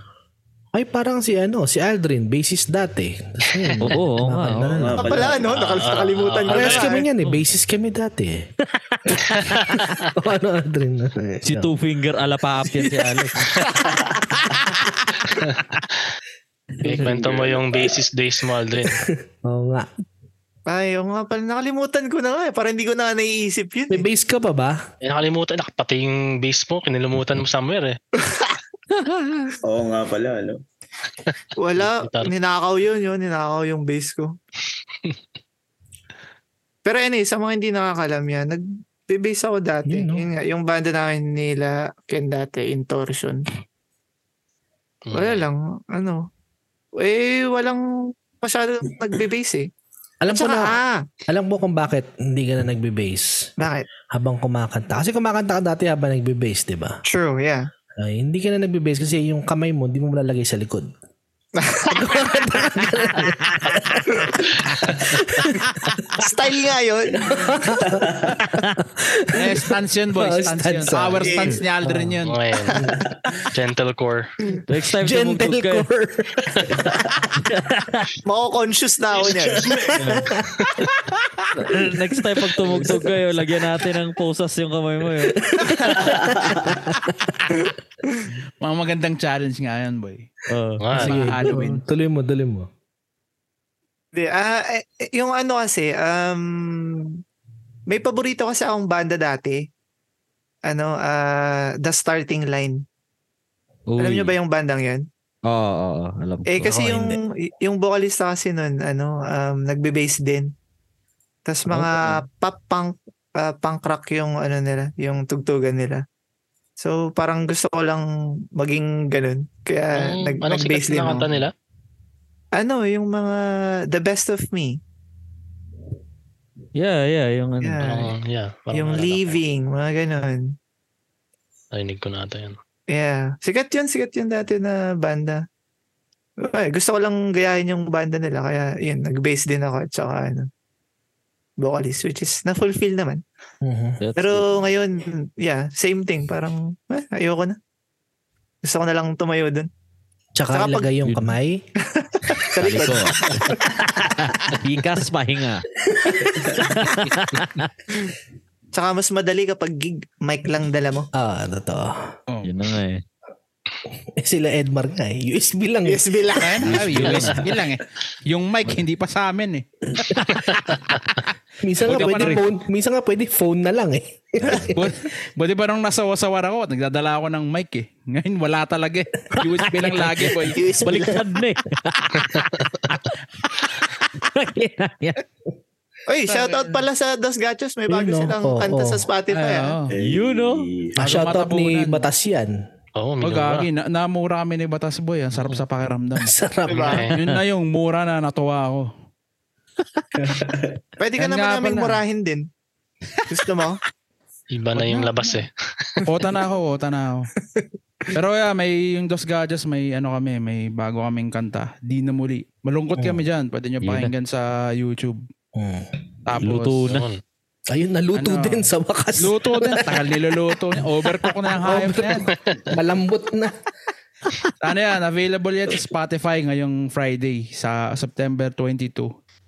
Speaker 3: Ay parang si ano, si Aldrin, bassist dati. Tapos ngayon,
Speaker 1: Oo, oo nga,
Speaker 3: nakailan na
Speaker 2: Oo nga
Speaker 3: lang.
Speaker 4: Ah, pala, ano? Nakal-
Speaker 6: Ah,
Speaker 4: nakalimutan ko na.
Speaker 3: Parehas kami
Speaker 4: eh.
Speaker 3: niyan eh, bassist kami dati eh. o ano Aldrin?
Speaker 1: Si Two Finger Alapaap yan si Alex.
Speaker 6: Ikwento mo yung basis days mo, Aldrin.
Speaker 3: Oo nga.
Speaker 4: Ay, oo nga pala. Nakalimutan ko na nga eh. Parang hindi ko na nga naiisip yun.
Speaker 3: May
Speaker 4: Eh.
Speaker 3: bass ka pa ba?
Speaker 6: Eh, nakalimutan. Nakapati yung base mo. Kinilimutan mo somewhere eh.
Speaker 2: Oo nga pala. Ano?
Speaker 4: Wala.
Speaker 6: Guitar.
Speaker 4: Ninakaw yun yun. Ninakaw yung bass ko. Pero anyway, sa mga hindi nakakalam yan, nag Bibase ako dati.
Speaker 3: Yun, no?
Speaker 4: Yun nga, yung banda namin nila Ken dati, Intorsion.
Speaker 6: Mm.
Speaker 4: Wala lang, ano. Eh, walang masyado nagbe-base eh.
Speaker 3: Alam ko
Speaker 4: Tsaka,
Speaker 3: na,
Speaker 4: ah,
Speaker 3: alam ko kung bakit hindi ka na nagbe-bass
Speaker 4: bakit?
Speaker 3: habang kumakanta. Kasi kumakanta ka dati habang nagbe-bass, di ba?
Speaker 4: True, yeah.
Speaker 3: Ay, hindi ka na nagbe-bass kasi yung kamay mo, hindi mo malalagay sa likod.
Speaker 4: Style nga yun.
Speaker 5: Eh, stance yun, boy.
Speaker 3: Oh,
Speaker 5: Stance, yun.
Speaker 3: stance, ah.
Speaker 5: Power stance ni Aldrin yun.
Speaker 6: Ngayon. Gentle core.
Speaker 1: Next time
Speaker 3: Gentle
Speaker 1: tumugtog ka.
Speaker 3: core.
Speaker 4: Mako-conscious na ako niyan.
Speaker 1: Next time pag tumugtog kayo, lagyan natin ng posas yung kamay mo. eh. Yun.
Speaker 5: Mga magandang challenge nga yan, boy.
Speaker 1: Oh.
Speaker 6: Nga.
Speaker 5: Sige. Halloween.
Speaker 3: Tuloy mo, tuloy mo.
Speaker 4: Hindi, ah, eh, eh, yung ano kasi, um, may paborito kasi akong banda dati. Ano, ah, The Starting Line. Alam niyo ba yung bandang yun?
Speaker 1: Oo, oo, oo, alam ko.
Speaker 4: Eh kasi
Speaker 3: Ako
Speaker 4: yung y- yung vocalista kasi nun, ano, um, nagbe-bass din. Tapos mga pop punk ah, punk rock yung ano nila, yung tugtugan nila. So parang gusto ko lang maging ganun. Kaya ah,
Speaker 6: Ang-
Speaker 4: nag,
Speaker 6: anong
Speaker 4: nag-bass
Speaker 6: Mm, sikat
Speaker 4: din
Speaker 6: na kanta
Speaker 4: ako.
Speaker 6: nila?
Speaker 4: Ano, yung mga The Best of Me,
Speaker 1: Yeah, yeah, yung ano.
Speaker 4: Yeah.
Speaker 6: Parang, yeah. Parang
Speaker 4: yung
Speaker 6: naalala ko.
Speaker 4: Leaving, mga ganun.
Speaker 6: Narinig ko na ata yun.
Speaker 4: Yeah. Sikat yun, sikat yun dati na banda. Ay, gusto ko lang gayahin yung banda nila. Kaya yun, nag-bass din ako at saka ano, vocalist, which is na-fulfill naman.
Speaker 3: Mhm.
Speaker 1: That's good.
Speaker 4: Pero ngayon, yeah, same thing. Parang eh, ayoko na. Gusto ko na lang tumayo dun.
Speaker 3: Tsaka
Speaker 4: Saka pag-
Speaker 3: ilagay yung
Speaker 1: Yun.
Speaker 3: kamay.
Speaker 4: Sa likod.
Speaker 1: Talikod. Ikas pahinga.
Speaker 4: Tsaka mas madali kapag gig, mic lang dala mo.
Speaker 3: Ah, totoo.
Speaker 5: Oh.
Speaker 1: Yun na nga eh.
Speaker 3: Eh, sila Edmar nga eh. USB lang eh.
Speaker 4: USB lang.
Speaker 5: Ayan, ay, USB lang eh. Yung mic, hindi pa sa amin eh.
Speaker 3: Minsan nga
Speaker 5: Huwag ka
Speaker 3: pwede
Speaker 5: pa na-
Speaker 3: phone, minsan nga pwede phone na lang eh.
Speaker 5: Bu- Buti pa nung nasawa-sawar ako, nagdadala ako ng mic eh. Ngayon, wala talaga eh. USB lang lagi, boy.
Speaker 4: USB lang.
Speaker 1: Baliktad na eh. eh.
Speaker 4: Oy, shoutout pala sa Dos Gachos. May bago
Speaker 3: Yun, no?
Speaker 4: silang
Speaker 3: Oo,
Speaker 4: kanta
Speaker 3: oo.
Speaker 4: sa Spotify.
Speaker 5: Ay,
Speaker 4: ah.
Speaker 5: Eh, oo.
Speaker 1: You know?
Speaker 2: Eh,
Speaker 5: Bago
Speaker 3: Shoutout ni
Speaker 5: matabunan.
Speaker 3: Batas yan.
Speaker 6: Oo, oh,
Speaker 5: Oh,
Speaker 6: minura.
Speaker 5: gagi. Na, namura kami ni Batas Boy. Ang sarap sa pakiramdam.
Speaker 3: Sarap.
Speaker 4: Diba?
Speaker 6: Eh,
Speaker 5: Yun na yung mura na natuwa ako.
Speaker 4: Pwede ka
Speaker 5: Yan
Speaker 4: naman
Speaker 5: nga
Speaker 4: naming
Speaker 5: pala.
Speaker 4: murahin din. Gusto mo?
Speaker 6: Iba na yung labas eh.
Speaker 5: Kota na ako, kota na ako. Pero yeah, may yung Dos Gadgets, may ano kami, may bago kaming kanta. Di na muli. Malungkot kami dyan. Pwede nyo
Speaker 1: Oh. Yun na.
Speaker 5: pakinggan sa YouTube.
Speaker 3: Hmm.
Speaker 5: Tapos,
Speaker 1: Luto na.
Speaker 6: Yun.
Speaker 3: Ayun, naluto
Speaker 5: Ano?
Speaker 3: din sa wakas.
Speaker 5: Luto din. Tagal niluluto. niya. Overcook na yung hayop na yan.
Speaker 3: Malambot na.
Speaker 5: Ano yan, available yan sa Spotify ngayong Friday sa September 22.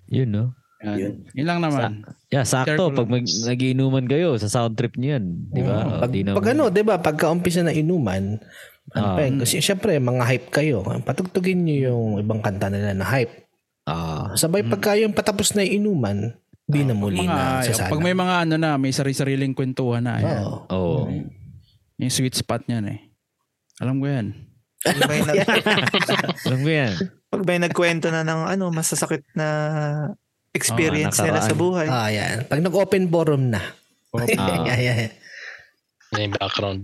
Speaker 1: Yun no?
Speaker 5: Yan.
Speaker 2: Yun.
Speaker 5: Yun. lang naman.
Speaker 1: Yeah, sakto.
Speaker 5: Careful
Speaker 1: Pag mag, nagiinuman kayo, sa sound trip niyo yan. Di ba?
Speaker 3: Oh,
Speaker 1: Oh,
Speaker 3: pag,
Speaker 1: di na-
Speaker 3: pag ano, di ba? Pagka-umpisa na inuman, ano
Speaker 1: Ah.
Speaker 3: pa yun? Kasi syempre, mga hype kayo. Patugtugin nyo yung ibang kanta nila na hype.
Speaker 1: Ah,
Speaker 3: Sabay pagka yung patapos na inuman, di na muli
Speaker 5: Hmm. Mga,
Speaker 3: na sasana.
Speaker 5: pag may mga ano na, may sarili-sariling kwentuhan na. Yan.
Speaker 3: Oo.
Speaker 1: oo.
Speaker 5: Yung sweet spot niyan eh. Alam ko yan.
Speaker 4: Pag may, nag,
Speaker 1: Alam ko yan.
Speaker 4: pag may nagkwento na ng ano, masasakit na experience
Speaker 1: Oo,
Speaker 4: nila sa
Speaker 1: nakaraan.
Speaker 4: buhay.
Speaker 3: Ah, yan. Pag nag-open forum na.
Speaker 1: Ah.
Speaker 3: Yan, yan, yan.
Speaker 6: Na yung background.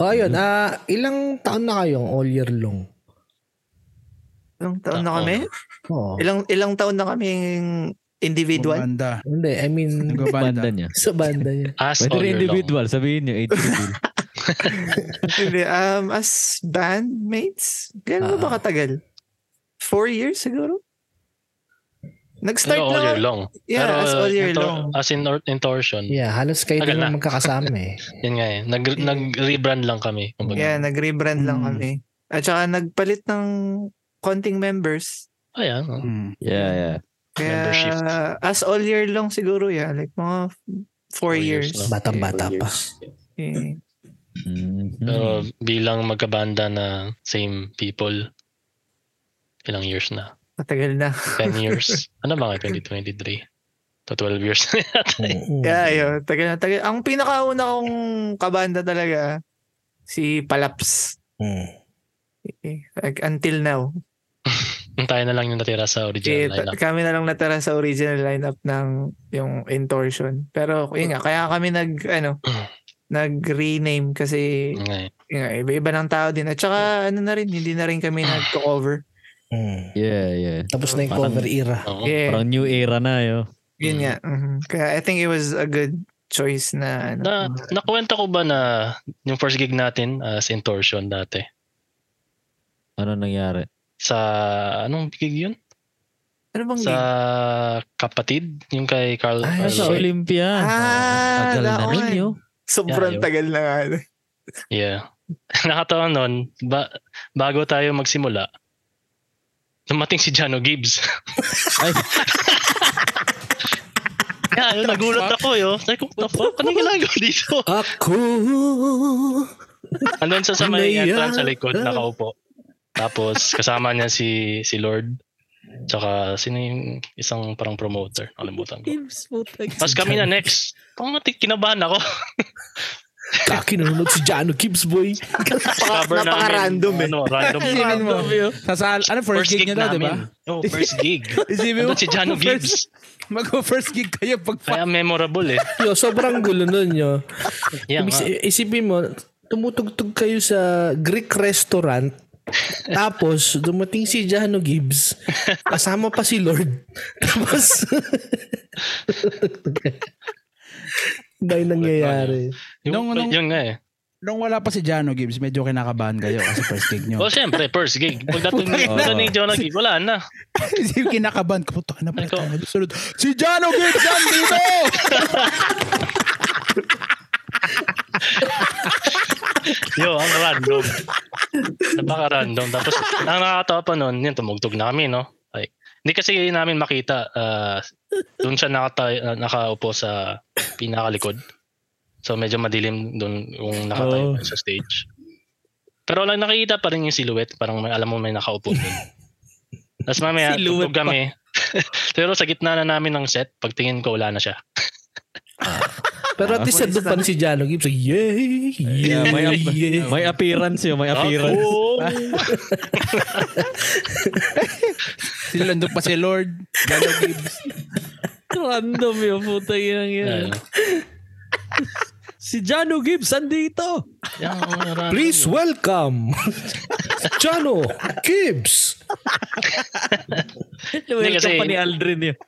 Speaker 3: Oh, ayun.
Speaker 5: Hmm.
Speaker 3: Ah, ilang taon na kayong all year long?
Speaker 4: Ilang taon na
Speaker 6: ah, Oo.
Speaker 4: kami?
Speaker 3: Oo.
Speaker 4: Ilang ilang taon na kami individual?
Speaker 5: Banda.
Speaker 3: Hindi, I mean,
Speaker 1: Banda
Speaker 5: Banda.
Speaker 1: niya.
Speaker 3: sa banda niya.
Speaker 6: As
Speaker 1: Pwede
Speaker 6: all
Speaker 1: rin
Speaker 6: year long.
Speaker 1: individual. Sabihin niyo, individual.
Speaker 4: Hindi, um, as bandmates? Gano'n ba
Speaker 3: Ah.
Speaker 4: katagal? Four years siguro? Nag-start
Speaker 6: Pero all year
Speaker 4: lang.
Speaker 6: long.
Speaker 4: Yeah,
Speaker 6: Pero,
Speaker 4: as all year
Speaker 6: into-
Speaker 4: long.
Speaker 6: As in or- intorsion.
Speaker 3: Yeah, halos kayo
Speaker 6: Tagal
Speaker 3: din
Speaker 6: na.
Speaker 3: na magkakasama eh.
Speaker 6: Yan nga eh. Nag, nag-rebrand lang kami. Kumbaga. Hmm.
Speaker 4: Yeah, nag-rebrand lang
Speaker 3: Mm.
Speaker 4: kami. At saka nagpalit ng konting members.
Speaker 6: Ayan. oh.
Speaker 5: Hmm.
Speaker 1: yeah, yeah.
Speaker 4: Kaya
Speaker 6: Membership.
Speaker 4: as all year long siguro yeah. Like mga f- four,
Speaker 6: Four
Speaker 4: years.
Speaker 6: years lang.
Speaker 3: Batang-bata pa.
Speaker 4: Eh,
Speaker 1: Mhm.
Speaker 6: Pero
Speaker 4: Mm.
Speaker 6: bilang magkabanda na same people, ilang years na?
Speaker 4: Matagal na.
Speaker 6: 10 years. ano ba nga 2023? To 12 years na yata.
Speaker 3: Mm-mm.
Speaker 4: Yeah, yun. Tagal na tagal. Ang pinakauna kong kabanda talaga, si Palaps.
Speaker 3: Mm.
Speaker 4: Eh, Like, until now.
Speaker 6: Tayo na lang yung natira
Speaker 4: Eh,
Speaker 6: sa original
Speaker 4: ta-
Speaker 6: lineup.
Speaker 4: kami na lang natira sa original lineup ng yung Intorsion. Pero yun nga, kaya kami nag ano, nag-rename kasi
Speaker 6: Okay.
Speaker 4: yun nga, iba-iba ng tao din. At saka ano na rin, hindi na rin kami nag-cover.
Speaker 3: Mm.
Speaker 1: Yeah, yeah.
Speaker 3: Tapos na yung
Speaker 1: Parang-
Speaker 3: cover era.
Speaker 6: Oo.
Speaker 4: Yeah,
Speaker 1: Parang new era na yo.
Speaker 4: eh, yun nga. mhm. Kaya I think it was a good choice na ano.
Speaker 6: Na, nakwenta ko ba na yung first gig natin ah, as Intorsion dati?
Speaker 1: Ano nangyari?
Speaker 6: Sa, anong gig yun?
Speaker 4: ano bang
Speaker 6: Sa
Speaker 4: game?
Speaker 6: Kapatid? Yung kay Carl.
Speaker 3: Ay,
Speaker 6: Carl-
Speaker 1: Sa
Speaker 3: so-
Speaker 1: Olympia.
Speaker 4: Ah,
Speaker 1: Tagal na
Speaker 4: naon.
Speaker 1: rin yo.
Speaker 4: Sobrang
Speaker 6: Yeah, yun.
Speaker 4: tagal na nga. ano.
Speaker 6: Yeah. Nakatawa nun, ba, bago tayo magsimula, dumating si Jano Gibbs.
Speaker 1: Ay.
Speaker 6: yeah, yun, nagulat ako yo. Sabi ko, what the fuck? Anong ginagawa dito?
Speaker 3: Ako.
Speaker 6: Andun siya sa
Speaker 3: Ano
Speaker 6: may
Speaker 3: yan?
Speaker 6: entrance sa likod, nakaupo. Tapos kasama niya si si Lord. Tsaka sino yung isang parang promoter? Nakalimutan ko. Tapos kami na next. Pangatik, kinabahan ako.
Speaker 3: Kakinunod si Jano Gibbs, boy.
Speaker 6: Cover namin,
Speaker 4: napaka-random eh.
Speaker 6: Ano, random.
Speaker 5: Isipin mo. Sa sal, ano, first, gig, nyo daw, di ba?
Speaker 6: Oh, first gig.
Speaker 5: Isipin mo.
Speaker 6: Andun si Jano Gibbs.
Speaker 5: Mag-first gig kayo pag
Speaker 6: Kaya memorable eh. ah.
Speaker 3: yo, sobrang gulo nun yo.
Speaker 6: Yeah,
Speaker 3: Ibig
Speaker 6: nga.
Speaker 3: sa- isipin mo, tumutugtog kayo sa Greek restaurant, tapos dumating si Jano Gibbs, kasama pa si Lord. Tapos, dahil nangyayari.
Speaker 6: Yung,
Speaker 5: Nung- nung-
Speaker 6: yun nga eh.
Speaker 5: Nung wala pa si Jano Gibbs, medyo kinakabahan kayo kasi first gig nyo.
Speaker 6: Oh, syempre, first gig. Pagdating ni,
Speaker 1: Oo.
Speaker 6: pagdating ni Jonah Gig, wala na.
Speaker 5: Kasi kinakabahan Ano ko, puto na pala
Speaker 6: Ikaw.
Speaker 5: tayo. Sunod, si Jano Gibbs andito!
Speaker 6: Yo, ang random. Napaka-random. Tapos, ang nakakatawa pa nun, yun, tumugtog namin, no? Like, hindi kasi namin makita. ah, doon siya nakatay, ah, nakaupo sa pinakalikod. So, medyo madilim doon kung nakatayo
Speaker 1: Oo.
Speaker 6: pa sa stage. Pero lang nakikita pa rin yung silhouette. Parang may, alam mo may nakaupo doon. Tapos mamaya,
Speaker 1: Silhouette
Speaker 6: tugtog kami. Pero sa gitna na namin ng set, pagtingin ko, wala na siya.
Speaker 3: Pero at least nandun pa rin si Jano Gibbs. Yay!
Speaker 1: Yeah,
Speaker 3: Yay!
Speaker 1: may,
Speaker 3: yay.
Speaker 1: may appearance yo, may appearance.
Speaker 6: Oo.
Speaker 5: Sila nandun pa si Lord, Jano Gibbs.
Speaker 1: Random yo, puta yun
Speaker 6: Ayun.
Speaker 1: yun. Si Jano Gibbs andito.
Speaker 6: Yan, oo, random.
Speaker 3: Please welcome Jano Gibbs.
Speaker 1: Welcome
Speaker 6: kasi-
Speaker 1: pa ni Aldrin yun.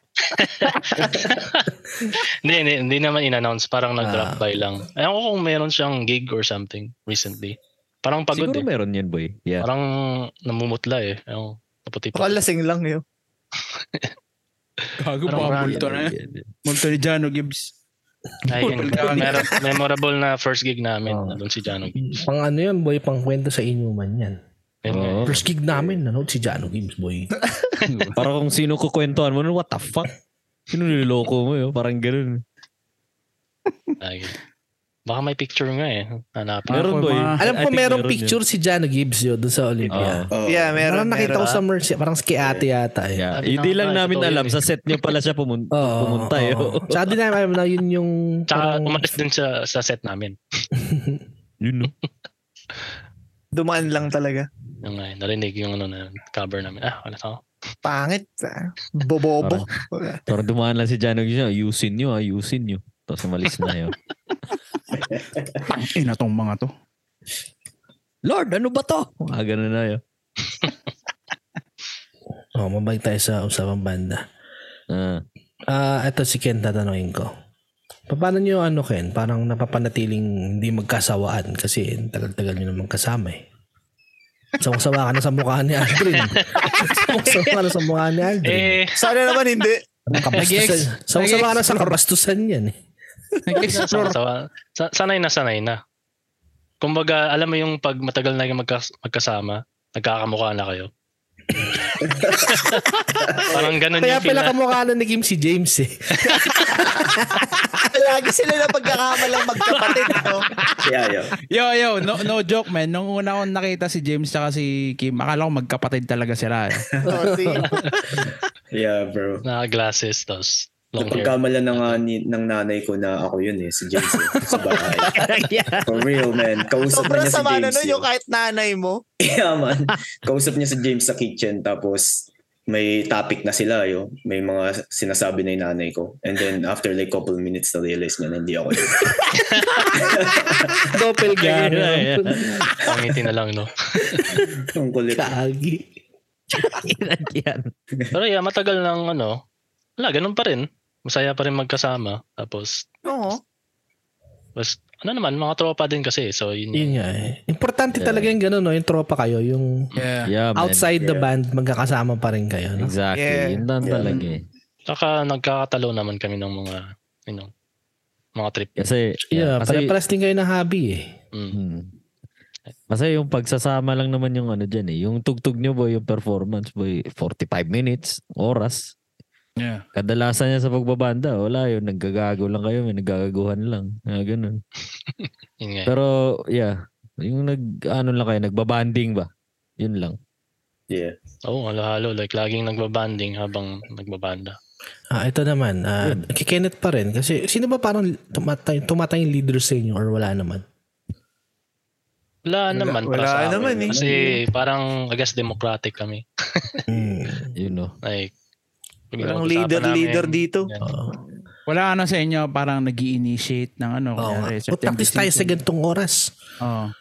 Speaker 6: Hindi, hindi, hindi naman in-announce. Parang
Speaker 1: Ah,
Speaker 6: nag-drop by lang. Ayaw ko kung meron siyang gig or something recently. Parang pagod
Speaker 1: Siguro
Speaker 6: eh.
Speaker 1: meron yun, boy. Yeah.
Speaker 6: Parang namumutla eh. Ayaw ko. Naputi
Speaker 4: Baka
Speaker 6: pa.
Speaker 4: lasing lang yun.
Speaker 5: Gago
Speaker 6: Parang
Speaker 5: pa,
Speaker 6: random eh.
Speaker 5: multo na. Multo ni Jano Gibbs.
Speaker 6: Ay, ganun. Meron, memorable na first gig namin.
Speaker 1: Oh.
Speaker 3: Oo.
Speaker 6: Doon si Jano.
Speaker 3: Pang ano yan, boy, pang kwento sa inuman yan.
Speaker 6: Yun nga eh.
Speaker 1: Oo.
Speaker 3: First gig namin, nanood si Jano Gibbs, boy.
Speaker 1: Parang kung sino kukwentuhan mo nun, what the fuck? Sino niloloko mo yun? Parang ganun.
Speaker 6: Ay, ganun. Baka may picture nga eh. Hanapin.
Speaker 1: Meron,
Speaker 5: Ako,
Speaker 1: boy.
Speaker 5: mga-
Speaker 1: I
Speaker 3: Alam ko
Speaker 1: think
Speaker 3: merong
Speaker 1: meron yun.
Speaker 3: picture si Jano Gibbs yun doon sa
Speaker 1: Ah,
Speaker 3: Olympia. ah.
Speaker 2: Oh,
Speaker 4: Yeah,
Speaker 3: parang
Speaker 4: meron.
Speaker 3: nakita ko
Speaker 4: meron.
Speaker 3: sa merch, parang si ate yata eh.
Speaker 1: Yeah.
Speaker 6: Sabi
Speaker 1: Hindi
Speaker 6: na-
Speaker 1: lang
Speaker 6: ay,
Speaker 1: namin
Speaker 6: totoo
Speaker 1: alam.
Speaker 6: yun eh.
Speaker 1: Sa set niya pala siya pumun-
Speaker 3: Oo,
Speaker 1: pumunta.
Speaker 3: oo.
Speaker 1: Yun.
Speaker 3: Tsaka di namin alam na yun yung...
Speaker 6: Tsaka
Speaker 3: parang-
Speaker 6: umalis din sa, sa set namin.
Speaker 1: yun, no?
Speaker 4: Dumaan lang talaga.
Speaker 6: Yung nga eh. Narinig yung ano na cover namin. Ah, wala ako.
Speaker 4: Pangit. ah. Bobobo.
Speaker 1: Parang dumaan lang si Jano ah, Gibbs. Ayusin nyo, ayusin nyo. Tapos umalis na yun.
Speaker 5: Ina tong mga to.
Speaker 1: Lord, ano ba to? Ah, ganun na yun.
Speaker 3: Oh, mabalik tayo sa usapang banda.
Speaker 1: Ah.
Speaker 3: Ah, eto si Ken tatanungin ko. Paano nyo ano Ken, parang napapanatiling hindi magkasawaan kasi tagal-tagal nyo naman kasama eh. Sawang-sawa ka na sa mukha ni Aldrin. Sawang-sawa ka na sa mukha ni Aldrin.
Speaker 6: Eh,
Speaker 4: Sana naman hindi.
Speaker 3: Ang kabastusan.
Speaker 5: Nag-ex-
Speaker 3: Sawang-sawa ka na sa kabastusan yan eh.
Speaker 5: Nag-explore.
Speaker 6: Sa, sa, sanay na sanay na. Kumbaga, alam mo yung pag matagal na kayong magkas, magkasama, nagkakamukha na kayo. Parang ganun
Speaker 3: Kaya
Speaker 6: yung feel
Speaker 3: pala
Speaker 6: na,
Speaker 3: kamukha na ni Kim si James eh.
Speaker 4: Lagi sila na pagkakamalang magkapatid. No?
Speaker 2: Yeah, yeah.
Speaker 5: Yo, yo, no, no joke man. Nung una ko nakita si James at si Kim, akala ko magkapatid talaga sila. Eh.
Speaker 4: Oh, see?
Speaker 2: Yeah, bro.
Speaker 6: naka-glasses, tapos long hair. Ah.
Speaker 2: Napagkamala na nga ni, ng nanay ko na ako yun eh, si James eh, sa bahay. For real, man. Kausap na
Speaker 4: Sobrang
Speaker 2: niya si
Speaker 4: sama na
Speaker 6: ano.
Speaker 2: James.
Speaker 4: nun
Speaker 2: yun.
Speaker 4: yung kahit nanay mo.
Speaker 2: Yeah, man. Kausap niya si James sa kitchen tapos may topic na sila yo may mga sinasabi na yung nanay ko and then after like couple minutes na realize niya na hindi ako yun
Speaker 1: Doppelganger.
Speaker 6: Pangiti na lang, no?
Speaker 2: ang kulit
Speaker 3: Kagi.
Speaker 1: Yan.
Speaker 6: Pero yeah, matagal ng ano, wala, ganun pa rin. Masaya pa rin magkasama. Tapos,
Speaker 4: Oo.
Speaker 6: was, ano naman, mga tropa din kasi. So, yun.
Speaker 3: Yun nga eh. Importante talaga yung gano'n, no? Yung tropa kayo, yung
Speaker 5: Yeah.
Speaker 1: Yeah, man.
Speaker 3: outside the
Speaker 2: Yeah.
Speaker 3: band, magkakasama pa rin kayo. No?
Speaker 1: Exactly.
Speaker 4: Yeah.
Speaker 1: Yun lang
Speaker 2: Yeah.
Speaker 1: talaga eh.
Speaker 6: Tsaka nagkakatalo naman kami ng mga, you know, mga trip.
Speaker 1: Kasi,
Speaker 3: Yeah,
Speaker 1: yeah, kasi,
Speaker 3: pare-pares din kayo ng hobby eh.
Speaker 6: Mm.
Speaker 1: Hmm. Kasi yung pagsasama lang naman yung ano dyan eh. Yung tugtog nyo boy, yung performance boy, 45 minutes, oras.
Speaker 5: Yeah.
Speaker 1: Kadalasan niya sa pagbabanda, wala yun. Naggagago lang kayo, may naggagaguhan lang. Ah, ganun.
Speaker 6: Yun nga.
Speaker 1: Pero, yeah. Yung nag, ano lang kayo, nagbabanding ba? Yun lang.
Speaker 2: yeah
Speaker 6: Oo, oh, halo-halo. Like, laging nagbabanding habang nagbabanda.
Speaker 3: Ah, ito naman. ah, kay Kenneth pa rin. Kasi sino ba parang tumatay, tumatay yung leader sa inyo or wala naman?
Speaker 6: Wala, naman. para
Speaker 4: wala
Speaker 6: sa akin.
Speaker 4: naman eh.
Speaker 6: Kasi parang, I guess, democratic kami.
Speaker 3: Mm.
Speaker 1: You know.
Speaker 6: Like, pag
Speaker 4: Parang
Speaker 6: pinag-usapan
Speaker 4: leader-leader
Speaker 6: namin,
Speaker 4: dito.
Speaker 6: yan.
Speaker 3: Oo.
Speaker 5: Wala ano sa inyo parang nag initiate ng ano.
Speaker 3: Oo nga. eh,
Speaker 5: kunyari,
Speaker 3: O, practice tayo sa gantong oras.
Speaker 5: Oo.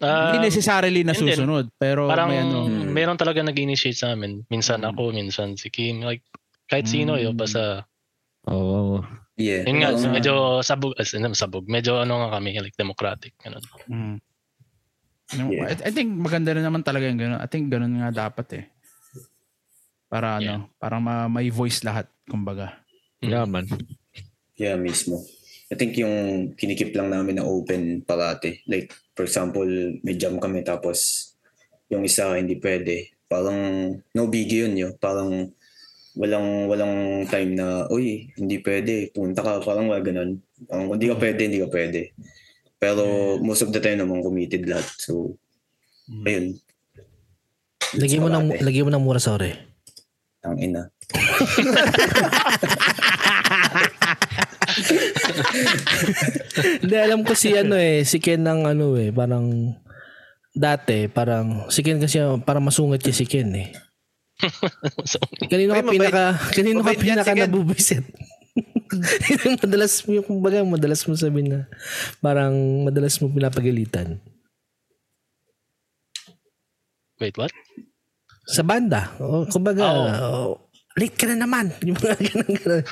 Speaker 6: Ah,
Speaker 5: Hindi necessarily
Speaker 6: yun din.
Speaker 5: nasusunod. Pero
Speaker 6: parang
Speaker 5: may ano.
Speaker 4: Hmm.
Speaker 6: meron talaga nag-initiate sa amin. Minsan ako, minsan si Kim. Like, kahit sino
Speaker 5: Mm.
Speaker 6: yun, basta,
Speaker 1: Oo.
Speaker 2: yeah
Speaker 6: yun nga,
Speaker 2: Parang-
Speaker 5: Ah.
Speaker 6: medyo sabog, as in, sabog, medyo ano nga kami, like democratic. Ganun.
Speaker 5: Mm. No,
Speaker 2: Yeah.
Speaker 5: I, I think maganda rin naman talaga yung ganun. I think ganun nga dapat eh. Para ano, parang ma- may voice lahat, kumbaga.
Speaker 1: Yeah, man.
Speaker 2: Yeah, mismo. I think yung kinikip lang namin na open parati. Like, for example, may jam kami tapos yung isa hindi pwede. Parang no biggie yun yun. Parang walang walang time na, uy, hindi pwede, punta ka. Parang wala ganun. Parang kung hindi ka pwede, hindi ka pwede. Pero most of the time naman committed lahat. So, ayun.
Speaker 3: Lagyan mo ng,
Speaker 2: Parati.
Speaker 3: lagyan mo ng mura, sorry.
Speaker 2: Ang ina.
Speaker 3: Hindi, alam ko si ano eh, si Ken ng ano eh, parang dati, parang, si Ken kasi parang masungit niya si Ken eh.
Speaker 6: so,
Speaker 3: Kanino ka
Speaker 4: Ay, mabait-
Speaker 3: pinaka, kanino ka
Speaker 4: mabait yan
Speaker 3: pinaka
Speaker 4: si Ken.
Speaker 3: nabubisit? Yung madalas mo, yung kumbaga, madalas mo sabihin na parang madalas mo pinapagalitan.
Speaker 6: wait, what?
Speaker 3: Sa banda, o, kumbaga,
Speaker 6: Oo.
Speaker 3: o, late ka na naman. Yung mga ganun, ganun.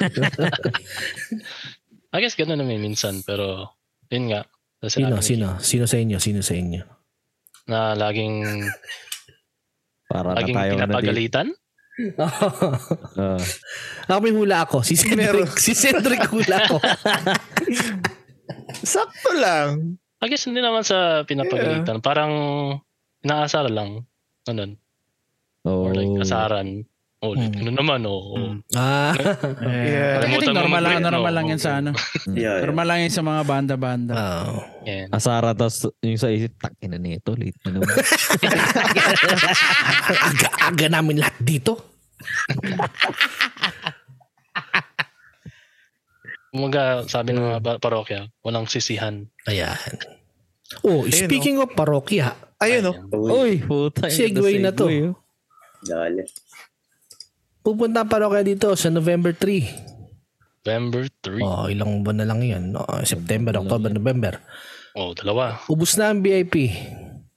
Speaker 6: I guess ganun namin minsan, pero yun nga. Tapos
Speaker 3: sino,
Speaker 6: sinabi ni
Speaker 3: sino, sino sa inyo, sino sa inyo?
Speaker 6: Kim Na laging,
Speaker 1: Para na
Speaker 6: laging
Speaker 1: tayo ano dito.
Speaker 6: pinapagalitan.
Speaker 1: Ah.
Speaker 3: ako may hula ako, si
Speaker 4: Meron.
Speaker 3: Cedric, si Cedric hula ako.
Speaker 4: Sakto lang.
Speaker 6: I guess hindi naman sa pinapagalitan. Parang inaasar lang. Ganun.
Speaker 1: Oo.
Speaker 6: Or like asaran. Oh,
Speaker 3: Mm.
Speaker 6: ganun naman, oo.
Speaker 5: Mm.
Speaker 3: ah,
Speaker 4: Yeah.
Speaker 5: I think
Speaker 6: Kalimutan mo
Speaker 5: normal lang,
Speaker 6: mag-break, no?
Speaker 5: normal lang yan sa ano.
Speaker 2: Yeah.
Speaker 5: Normal lang yan sa mga banda-banda.
Speaker 3: oh.
Speaker 6: Yan.
Speaker 1: Asara tas yung sa isip, takin na nito, late na naman.
Speaker 3: Aga-aga namin lahat dito.
Speaker 6: Kumaga, sabi ng mga ba- parokya, walang sisihan.
Speaker 3: Ayan. Oh,
Speaker 4: Ayun,
Speaker 3: speaking of parokya,
Speaker 4: Ayun oh.
Speaker 2: Uy,
Speaker 1: Uy, puta. yun,
Speaker 3: Segway na to.
Speaker 1: segue, oh.
Speaker 2: dali.
Speaker 3: pupunta ang parokya dito sa November 3.
Speaker 6: November 3.
Speaker 3: Oh, ilang buwan na lang yan. Oh, September, October, November.
Speaker 6: Oh, dalawa.
Speaker 3: Ubus na ang VIP.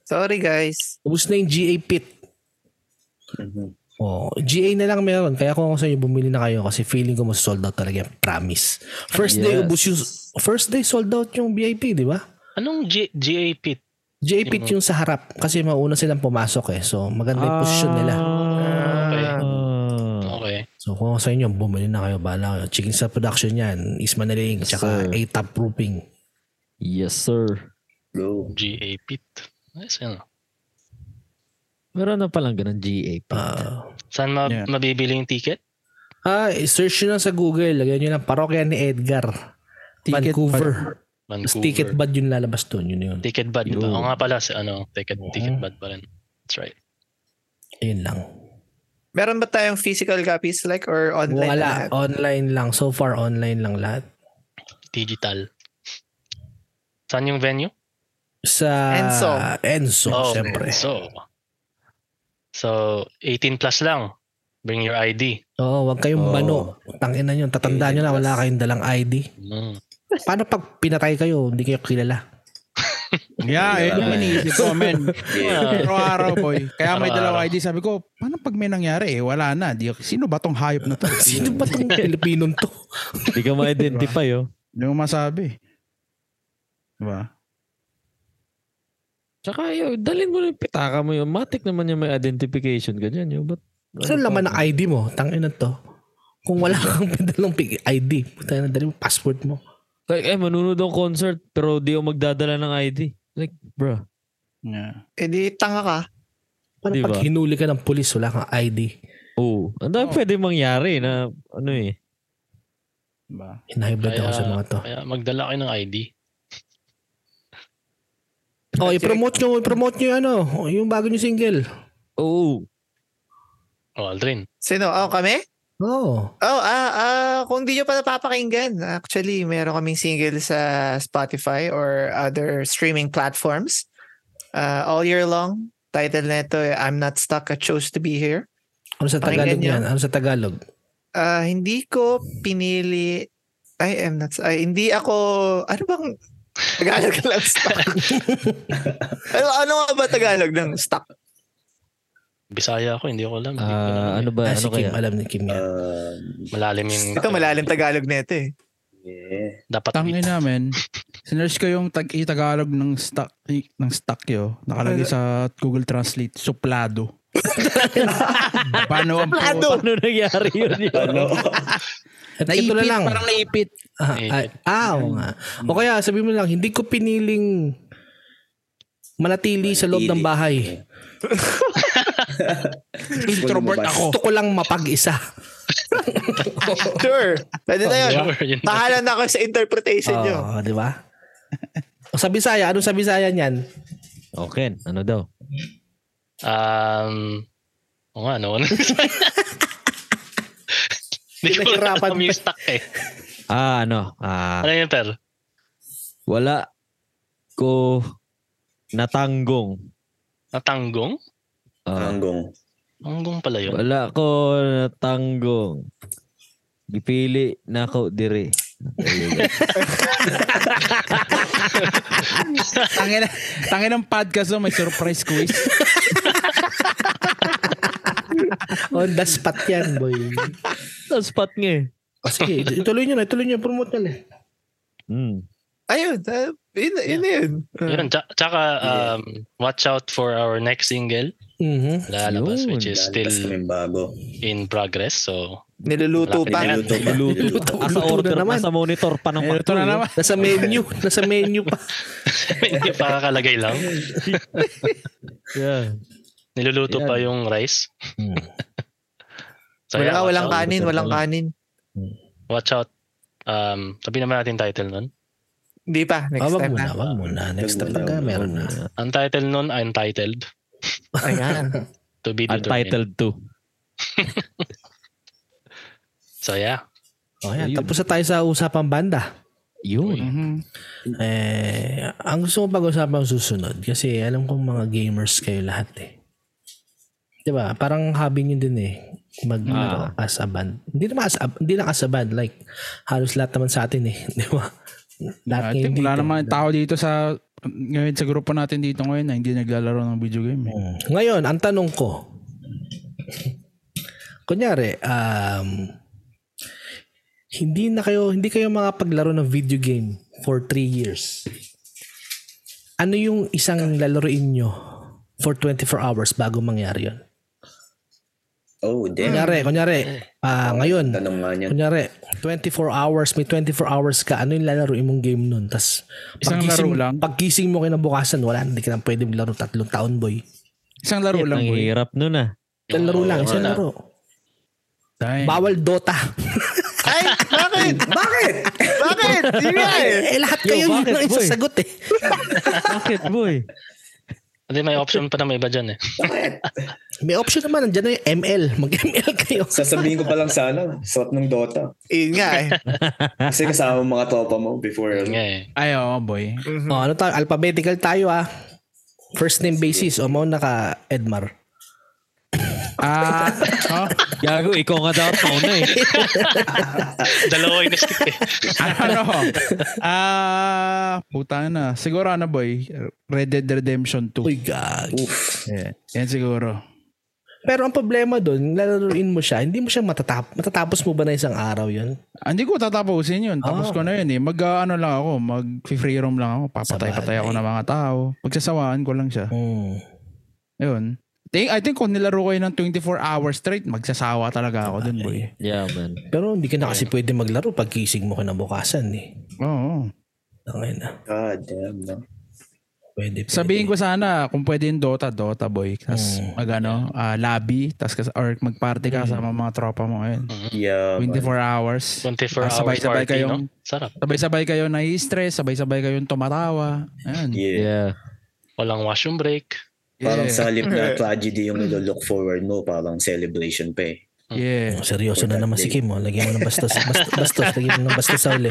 Speaker 4: Sorry guys.
Speaker 3: Ubus na yung GA pit.
Speaker 2: Mhm.
Speaker 3: Oh, GA na lang meron. Kaya kung ako sa inyo, bumili na kayo kasi feeling ko mas sold out talaga yan. Promise. First day,
Speaker 1: Yes.
Speaker 3: ubus yung... First day, sold out yung VIP, di ba?
Speaker 6: Anong G- GAP?
Speaker 3: GA pit yung sa harap kasi mauna silang pumasok eh. So, maganda yung position nila.
Speaker 6: Okay.
Speaker 1: Ah.
Speaker 6: Okay.
Speaker 3: So kung sa inyo, bumili na kayo, bahala kayo. Chicken sa production yan, is Manaling, tsaka
Speaker 1: Sir.
Speaker 3: A-Top Roofing.
Speaker 1: Yes, sir.
Speaker 2: Go.
Speaker 6: GAP. Yes, yun.
Speaker 1: Meron na palang ganun GA pa.
Speaker 3: Ah,
Speaker 6: Saan ma-
Speaker 5: Yeah.
Speaker 6: mabibili yung ticket?
Speaker 3: ah, search nyo lang sa Google, lagyan nyo lang, parokya ni Edgar.
Speaker 5: Ticket
Speaker 3: Vancouver. Mas
Speaker 6: Vancouver.
Speaker 3: ticket bad yung lalabas doon, yun yun.
Speaker 6: Ticket bad.
Speaker 1: Yo.
Speaker 6: Ba? Oo nga pala, si, ano, ticket, ticket bad pa rin. That's right.
Speaker 3: Ayun lang.
Speaker 4: Meron ba tayong physical copies like or online?
Speaker 3: Wala,
Speaker 4: lahat?
Speaker 3: online lang. So far, online lang lahat.
Speaker 6: Digital. Saan yung venue?
Speaker 3: Sa
Speaker 4: Enso.
Speaker 3: Enso,
Speaker 6: Oh,
Speaker 3: syempre.
Speaker 6: So, So, 18 plus lang. Bring your ID.
Speaker 3: Oo, wag kayong
Speaker 2: Oo.
Speaker 3: bano. Tangin na yun. Tatandaan nyo na wala kayong dalang ID.
Speaker 6: Mm.
Speaker 3: Paano pag pinatay kayo, hindi kayo kilala?
Speaker 5: Yeah, eh, yung iniisip ko, men.
Speaker 3: Ah.
Speaker 2: Yeah.
Speaker 5: Araw-araw, boy. Kaya may dalawa
Speaker 6: Ah. Araw-araw.
Speaker 5: ID. Sabi ko, paano pag may nangyari? Eh, wala na. Di, sino ba tong hayop na to?
Speaker 3: Sino ba tong Pilipinong to?
Speaker 1: Hindi ka ma-identify, oh.
Speaker 5: Hindi mo masabi. Diba?
Speaker 1: Tsaka, yo, dalhin mo na yung pitaka mo yun. Matik naman yung may identification ka dyan, yo. But,
Speaker 3: Ano laman ng ID mo? Tangin na to. Kung wala kang dalang pig- ID, puta na dali mo passport mo.
Speaker 1: Like, eh, manunod ang concert, pero di ako magdadala ng ID. Like, bro.
Speaker 5: Yeah.
Speaker 4: Eh di, tanga ka.
Speaker 3: Paano
Speaker 1: Di
Speaker 3: pag
Speaker 1: ba?
Speaker 3: hinuli ka ng pulis, wala kang ID?
Speaker 1: Oo. Oh, ang dami
Speaker 5: Oo.
Speaker 1: pwede mangyari na, ano eh.
Speaker 5: Diba?
Speaker 3: Hinahiblad ako
Speaker 6: Kaya-
Speaker 3: sa mga to.
Speaker 6: Kaya magdala kayo ng ID.
Speaker 3: Oh, i-promote nyo, i-promote nyo yung ano, yung bago nyo single.
Speaker 1: Oo.
Speaker 6: O, Aldrin.
Speaker 4: Sino? Oh, kami?
Speaker 3: Oo.
Speaker 4: Oh, ah, ah, kung di nyo pa napapakinggan, actually, meron kaming single sa Spotify or other streaming platforms. Ah, all year long, title nito, I'm Not Stuck, I Chose to Be Here.
Speaker 3: Ano sa Tagalog
Speaker 4: Pakinggan nyo.
Speaker 3: yan? Ano sa Tagalog?
Speaker 4: Ah, hindi ko pinili, I am not, ay, hindi ako, ano bang, Tagalog lang stuck. ano, ano nga ba Tagalog ng stuck?
Speaker 6: Bisaya ako, hindi ko alam. Hindi ko alam.
Speaker 1: Ah, ano ba?
Speaker 3: Ah, si
Speaker 1: ano
Speaker 3: Kim,
Speaker 1: kaya?
Speaker 3: alam ni Kim yan.
Speaker 2: Um,
Speaker 6: Malalim yung...
Speaker 4: Ito, malalim Tagalog nito eh.
Speaker 2: yeah.
Speaker 6: Dapat
Speaker 5: Tangin namin. Sinerge ko yung tag tagalog ng stock ng stock yo. Nakalagay sa Google Translate suplado. Paano ang
Speaker 4: Suplado!
Speaker 5: puto?
Speaker 1: Ano nangyari yun? yo?
Speaker 2: Ano?
Speaker 3: At ito
Speaker 5: Naipit,
Speaker 3: na lang.
Speaker 5: parang naipit.
Speaker 3: Ah, ah, ah, oo nga. O kaya, sabi mo lang, hindi ko piniling manatili sa loob ng bahay.
Speaker 5: Introvert ako.
Speaker 3: Gusto ko lang mapag-isa.
Speaker 4: Sure, pwede na yun.
Speaker 6: Sure, yun.
Speaker 4: Bahala na ako sa interpretation nyo.
Speaker 3: Oo, di ba? O sa Bisaya, ano sa Bisaya niyan?
Speaker 1: Okay, ano daw?
Speaker 6: Um, o nga, no? Hindi ko alam
Speaker 3: Pinahirapan
Speaker 6: kung yung stuck eh.
Speaker 1: Ah, ano? Ah,
Speaker 6: Ano yun, Per?
Speaker 1: wala ko natanggong.
Speaker 6: Natanggong?
Speaker 1: Ah,
Speaker 2: Hanggong.
Speaker 6: Tanggong pala yun.
Speaker 1: wala ko natanggong. Gipili na ako diri.
Speaker 5: Tangin tangin ng podcast no, may surprise quiz.
Speaker 3: On the spot yan, boy.
Speaker 1: Sa spot nga eh.
Speaker 3: O sige, ituloy nyo na, ituloy nyo, promote nyo na.
Speaker 1: Hmm.
Speaker 4: Ayun, ah, yun, yun, na yun. Ah.
Speaker 6: Yun, tsa- tsaka um, watch out for our next single.
Speaker 3: Mhm.
Speaker 6: Lalabas,
Speaker 1: Yun,
Speaker 6: which is
Speaker 2: Lalabas
Speaker 6: still
Speaker 2: kaming bago.
Speaker 6: in progress. So,
Speaker 4: Niluluto pa.
Speaker 6: Malapit na yun.
Speaker 2: Niluto pa. Niluto.
Speaker 3: Luto,
Speaker 1: Nasa
Speaker 3: luto
Speaker 1: order,
Speaker 3: na naman. Mm-hmm.
Speaker 1: nasa monitor pa ng
Speaker 5: Eh, Ito na
Speaker 1: patuloy.
Speaker 5: naman.
Speaker 3: Nasa menu, nasa menu pa.
Speaker 6: hindi pa kakalagay lang.
Speaker 1: Yeah.
Speaker 6: Niluluto
Speaker 1: Yan.
Speaker 6: pa yung rice.
Speaker 1: Hmm.
Speaker 6: So,
Speaker 4: Wala,
Speaker 6: yeah, watch
Speaker 4: walang
Speaker 6: out.
Speaker 4: kanin, walang kanin.
Speaker 6: Watch out. Um, sabihin naman natin title nun.
Speaker 4: Hindi pa, next
Speaker 3: Ah, wag
Speaker 4: time
Speaker 3: muna,
Speaker 4: na.
Speaker 3: wag muna. Next time talaga, meron na.
Speaker 6: Ang title nun, Untitled.
Speaker 4: Ayan.
Speaker 6: To be determined.
Speaker 1: Untitled 2.
Speaker 6: So, yeah.
Speaker 3: O yan,
Speaker 1: Ayun.
Speaker 3: tapos na tayo sa usapang banda.
Speaker 1: Yun.
Speaker 5: Mhm.
Speaker 3: Eh, ang gusto ko pag-usapan ang susunod kasi alam kong mga gamers kayo lahat eh. 'Di ba? Parang hobby nyo din eh mag
Speaker 1: Ah.
Speaker 3: as a band. Hindi naman as a, hindi lang as a band like halos lahat naman sa atin eh, 'di ba? Lahat
Speaker 5: I
Speaker 3: ngayon
Speaker 5: think Ah, eh, wala
Speaker 3: dito.
Speaker 5: naman tao dito sa ngayon sa grupo natin dito ngayon na hindi naglalaro ng video game. eh.
Speaker 3: Mm. Ngayon, ang tanong ko. Kunyari, um, hindi na kayo, hindi kayo makapaglaro ng video game for 3 years. Ano yung isang lalaroin nyo for 24 hours bago mangyari yun?
Speaker 2: Oh, damn.
Speaker 3: Kunyari, kunyari, ah, ngayon,
Speaker 2: Tanong nga niyan.
Speaker 3: kunyari, 24 hours, may 24 hours ka, ano yung lalaroin mong game nun? Tapos,
Speaker 5: Isang laro lang?
Speaker 3: pagkising mo kinabukasan, wala, hindi ka na pwede laro tatlong taon, boy.
Speaker 5: Isang laro lang
Speaker 1: Ang
Speaker 5: boy.
Speaker 1: hirap nun ah.
Speaker 3: Isang laro lang, isang
Speaker 6: wala.
Speaker 3: laro.
Speaker 5: Dahil-
Speaker 3: Bawal Dota.
Speaker 4: Ay, bakit? bakit? bakit? Hindi nga eh.
Speaker 3: eh, lahat
Speaker 1: Yo,
Speaker 3: kayo yun
Speaker 1: bakit,
Speaker 3: ang
Speaker 1: boy?
Speaker 3: isasagot eh.
Speaker 1: Bakit boy?
Speaker 6: Hindi, may option pa na may iba dyan eh.
Speaker 3: May option naman, nandiyan na yung ML. Mag-ML kayo.
Speaker 2: Sasabihin ko pa lang sana, suot ng Dota.
Speaker 4: Yun nga eh.
Speaker 2: Kasi kasama mo mga tropa mo before.
Speaker 6: Yun nga eh.
Speaker 5: Ay, oo, boy.
Speaker 4: Mhm.
Speaker 3: O, ano tayo? Alphabetical tayo ah. First name basis. O, mauna ka, Oh, Edmar.
Speaker 5: Ah, oh,
Speaker 1: Gago, ikaw nga dapat mauna eh.
Speaker 6: Dalawa yung stick eh.
Speaker 5: ano? Ah, puta na. Siguro ano boy, Red Dead Redemption 2.
Speaker 3: Uy, gag.
Speaker 5: Yeah. Yan siguro.
Speaker 3: Pero ang problema doon, lalaroin mo siya, hindi mo siya matatap matatapos mo ba na isang araw yun?
Speaker 5: Ah, Hindi ko tatapusin yun. Tapos
Speaker 3: Ah.
Speaker 5: ko na yun eh. Mag ah, ano lang ako, mag free roam lang ako. Papatay-patay ako ng mga tao. Pagsasawaan ko lang siya.
Speaker 3: Hmm.
Speaker 5: Yun. Think- I think kung nilaro ko yun ng 24 hours straight, magsasawa talaga ako dun boy.
Speaker 1: Yeah, man.
Speaker 3: Pero hindi ka na kasi pwede maglaro pag gising mo kinabukasan eh.
Speaker 5: Oo.
Speaker 3: Tangay na.
Speaker 2: God damn, no?
Speaker 3: Pwede, pwede.
Speaker 5: Sabihin ko sana kung pwede yung Dota, Dota boy. Tapos
Speaker 3: Mm.
Speaker 5: mag ano, ah, lobby, tas, kas- or magparty
Speaker 3: Hmm.
Speaker 5: ka sa mga tropa mo ngayon.
Speaker 2: Yeah, man.
Speaker 5: 24 hours.
Speaker 6: 24
Speaker 5: Ah,
Speaker 6: hours
Speaker 5: sabay-sabay
Speaker 6: party,
Speaker 5: kayong-
Speaker 6: no? Sarap.
Speaker 5: Sabay-sabay kayo nai-stress, sabay-sabay kayong tumatawa. Ayan.
Speaker 2: Yeah.
Speaker 1: Yeah.
Speaker 6: Walang washroom break.
Speaker 2: Parang
Speaker 5: Yeah.
Speaker 2: sa halip na tragedy yung nilolook forward mo, parang celebration pa eh.
Speaker 5: Yeah.
Speaker 3: Oh, seryoso na naman si Kim. Oh. Lagyan mo ng bastos. Bastos. bastos lagyan mo ng bastos sa uli.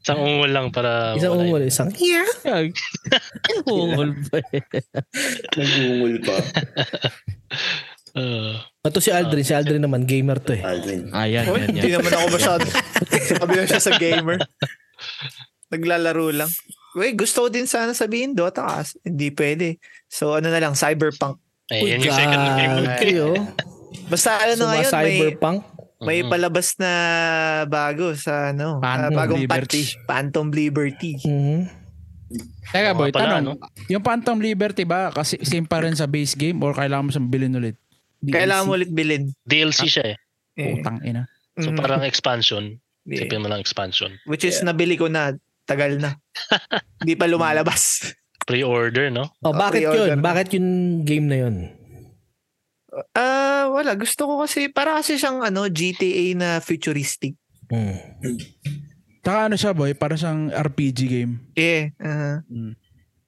Speaker 6: Isang ungol lang para
Speaker 3: Isang
Speaker 6: wala
Speaker 3: umul. Isang yeah.
Speaker 1: Gag. Ungol pa eh.
Speaker 2: Nagungol pa.
Speaker 6: yun. Uh,
Speaker 3: Ito si Aldrin. Si Aldrin naman. Gamer to eh.
Speaker 2: Alvin.
Speaker 1: Ah, yan, yan,
Speaker 4: Oy, hindi
Speaker 1: yan.
Speaker 4: naman ako masyado. Sabi lang siya sa gamer. Naglalaro lang. Wait, gusto ko din sana sabihin Dota kasi hindi pwede. So ano na lang, Cyberpunk.
Speaker 6: eh,
Speaker 3: Uy, Ano oh.
Speaker 6: yan yung second game.
Speaker 3: kayo.
Speaker 4: Basta ano na ngayon, may,
Speaker 3: cyberpunk.
Speaker 4: may
Speaker 6: Mm-hmm.
Speaker 4: palabas na bago sa ano, ah,
Speaker 5: Phantom
Speaker 4: bagong
Speaker 5: Liberty.
Speaker 4: patch. Phantom Liberty.
Speaker 3: Mhm.
Speaker 5: Teka
Speaker 6: Oo
Speaker 5: boy,
Speaker 6: nga pala,
Speaker 5: tanong. Yung Phantom Liberty ba, kasi same pa rin sa base game or kailangan mo siyang bilhin ulit?
Speaker 4: Kailangan mo ulit bilhin.
Speaker 6: DLC siya eh.
Speaker 4: Eh,
Speaker 5: Putang ina.
Speaker 6: So
Speaker 4: mm,
Speaker 6: parang expansion.
Speaker 4: eh,
Speaker 6: Isipin mo lang expansion.
Speaker 4: Which is nabili ko na tagal na. Hindi pa lumalabas.
Speaker 6: Pre-order, no?
Speaker 3: Oh, bakit
Speaker 4: Ah, pre-order
Speaker 3: yun?
Speaker 4: na.
Speaker 3: Bakit yung game na yun?
Speaker 4: Ah, wala. Gusto ko kasi, para kasi siyang ano, GTA na futuristic.
Speaker 3: Hmm.
Speaker 5: Tsaka ano siya boy, para siyang RPG game.
Speaker 4: Yeah. ah.
Speaker 2: Hmm.
Speaker 5: Mm.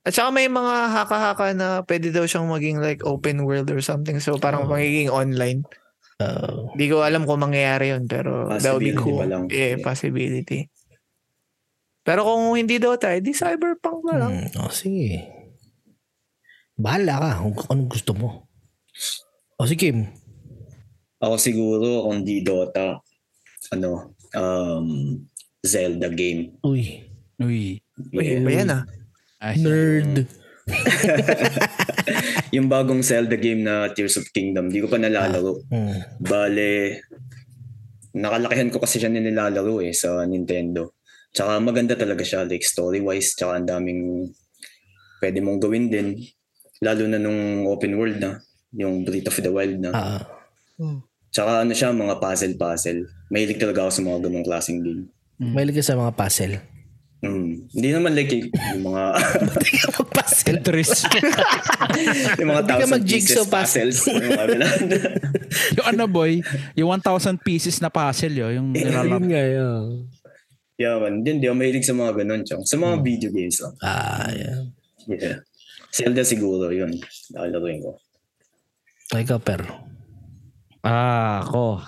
Speaker 4: At saka may mga haka-haka na pwede daw siyang maging like open world or something. So
Speaker 2: Oh.
Speaker 4: parang magiging online.
Speaker 3: Oh.
Speaker 4: Hindi ko alam kung mangyayari yun pero that would be
Speaker 2: Possibility
Speaker 4: cool.
Speaker 2: pa lang.
Speaker 4: Yeah, possibility. Pero kung hindi Dota, edi cyberpunk na lang.
Speaker 3: Hmm. Oh, sige. Bahala ka kung anong gusto mo. O si Kim.
Speaker 2: Ako siguro, kung di Dota, ano, um, Zelda game.
Speaker 3: Uy.
Speaker 5: Uy.
Speaker 2: Hmm.
Speaker 4: Uy,
Speaker 2: Yeah.
Speaker 4: ba yan ah?
Speaker 5: Ay,
Speaker 3: Nerd.
Speaker 2: Yung bagong Zelda game na Tears of Kingdom, di ko pa nalalaro.
Speaker 3: Hmm.
Speaker 2: Bale, nakalakihan ko kasi siya na nilalaro eh sa Nintendo. Tsaka maganda talaga siya, like story-wise, tsaka ang daming pwede mong gawin din. Lalo na nung open world na, yung Breath of the Wild na.
Speaker 3: Ah.
Speaker 2: Tsaka ano siya, mga puzzle-puzzle. Mahilig talaga ako sa mga ganong klaseng game.
Speaker 4: Mm.
Speaker 3: Mahilig ka sa mga puzzle.
Speaker 2: Mm. Hindi naman like yung, yung mga
Speaker 3: puzzle.
Speaker 5: Tetris.
Speaker 2: yung mga
Speaker 3: Hindi ka
Speaker 2: thousand pieces
Speaker 3: mag-jigsaw
Speaker 2: puzzles. yung mga ganun.
Speaker 5: yung ano boy, yung 1,000 pieces na puzzle yo, yung nilalap.
Speaker 3: Yun nga yun.
Speaker 2: yeah man, hindi, hindi ako mahilig sa mga ganun. Tsaka. Sa mga video games lang.
Speaker 3: Ah, yeah.
Speaker 2: Yeah. Zelda siguro, yun. Nakalaroin ko.
Speaker 3: Ikaw, pero.
Speaker 1: Ah, ako.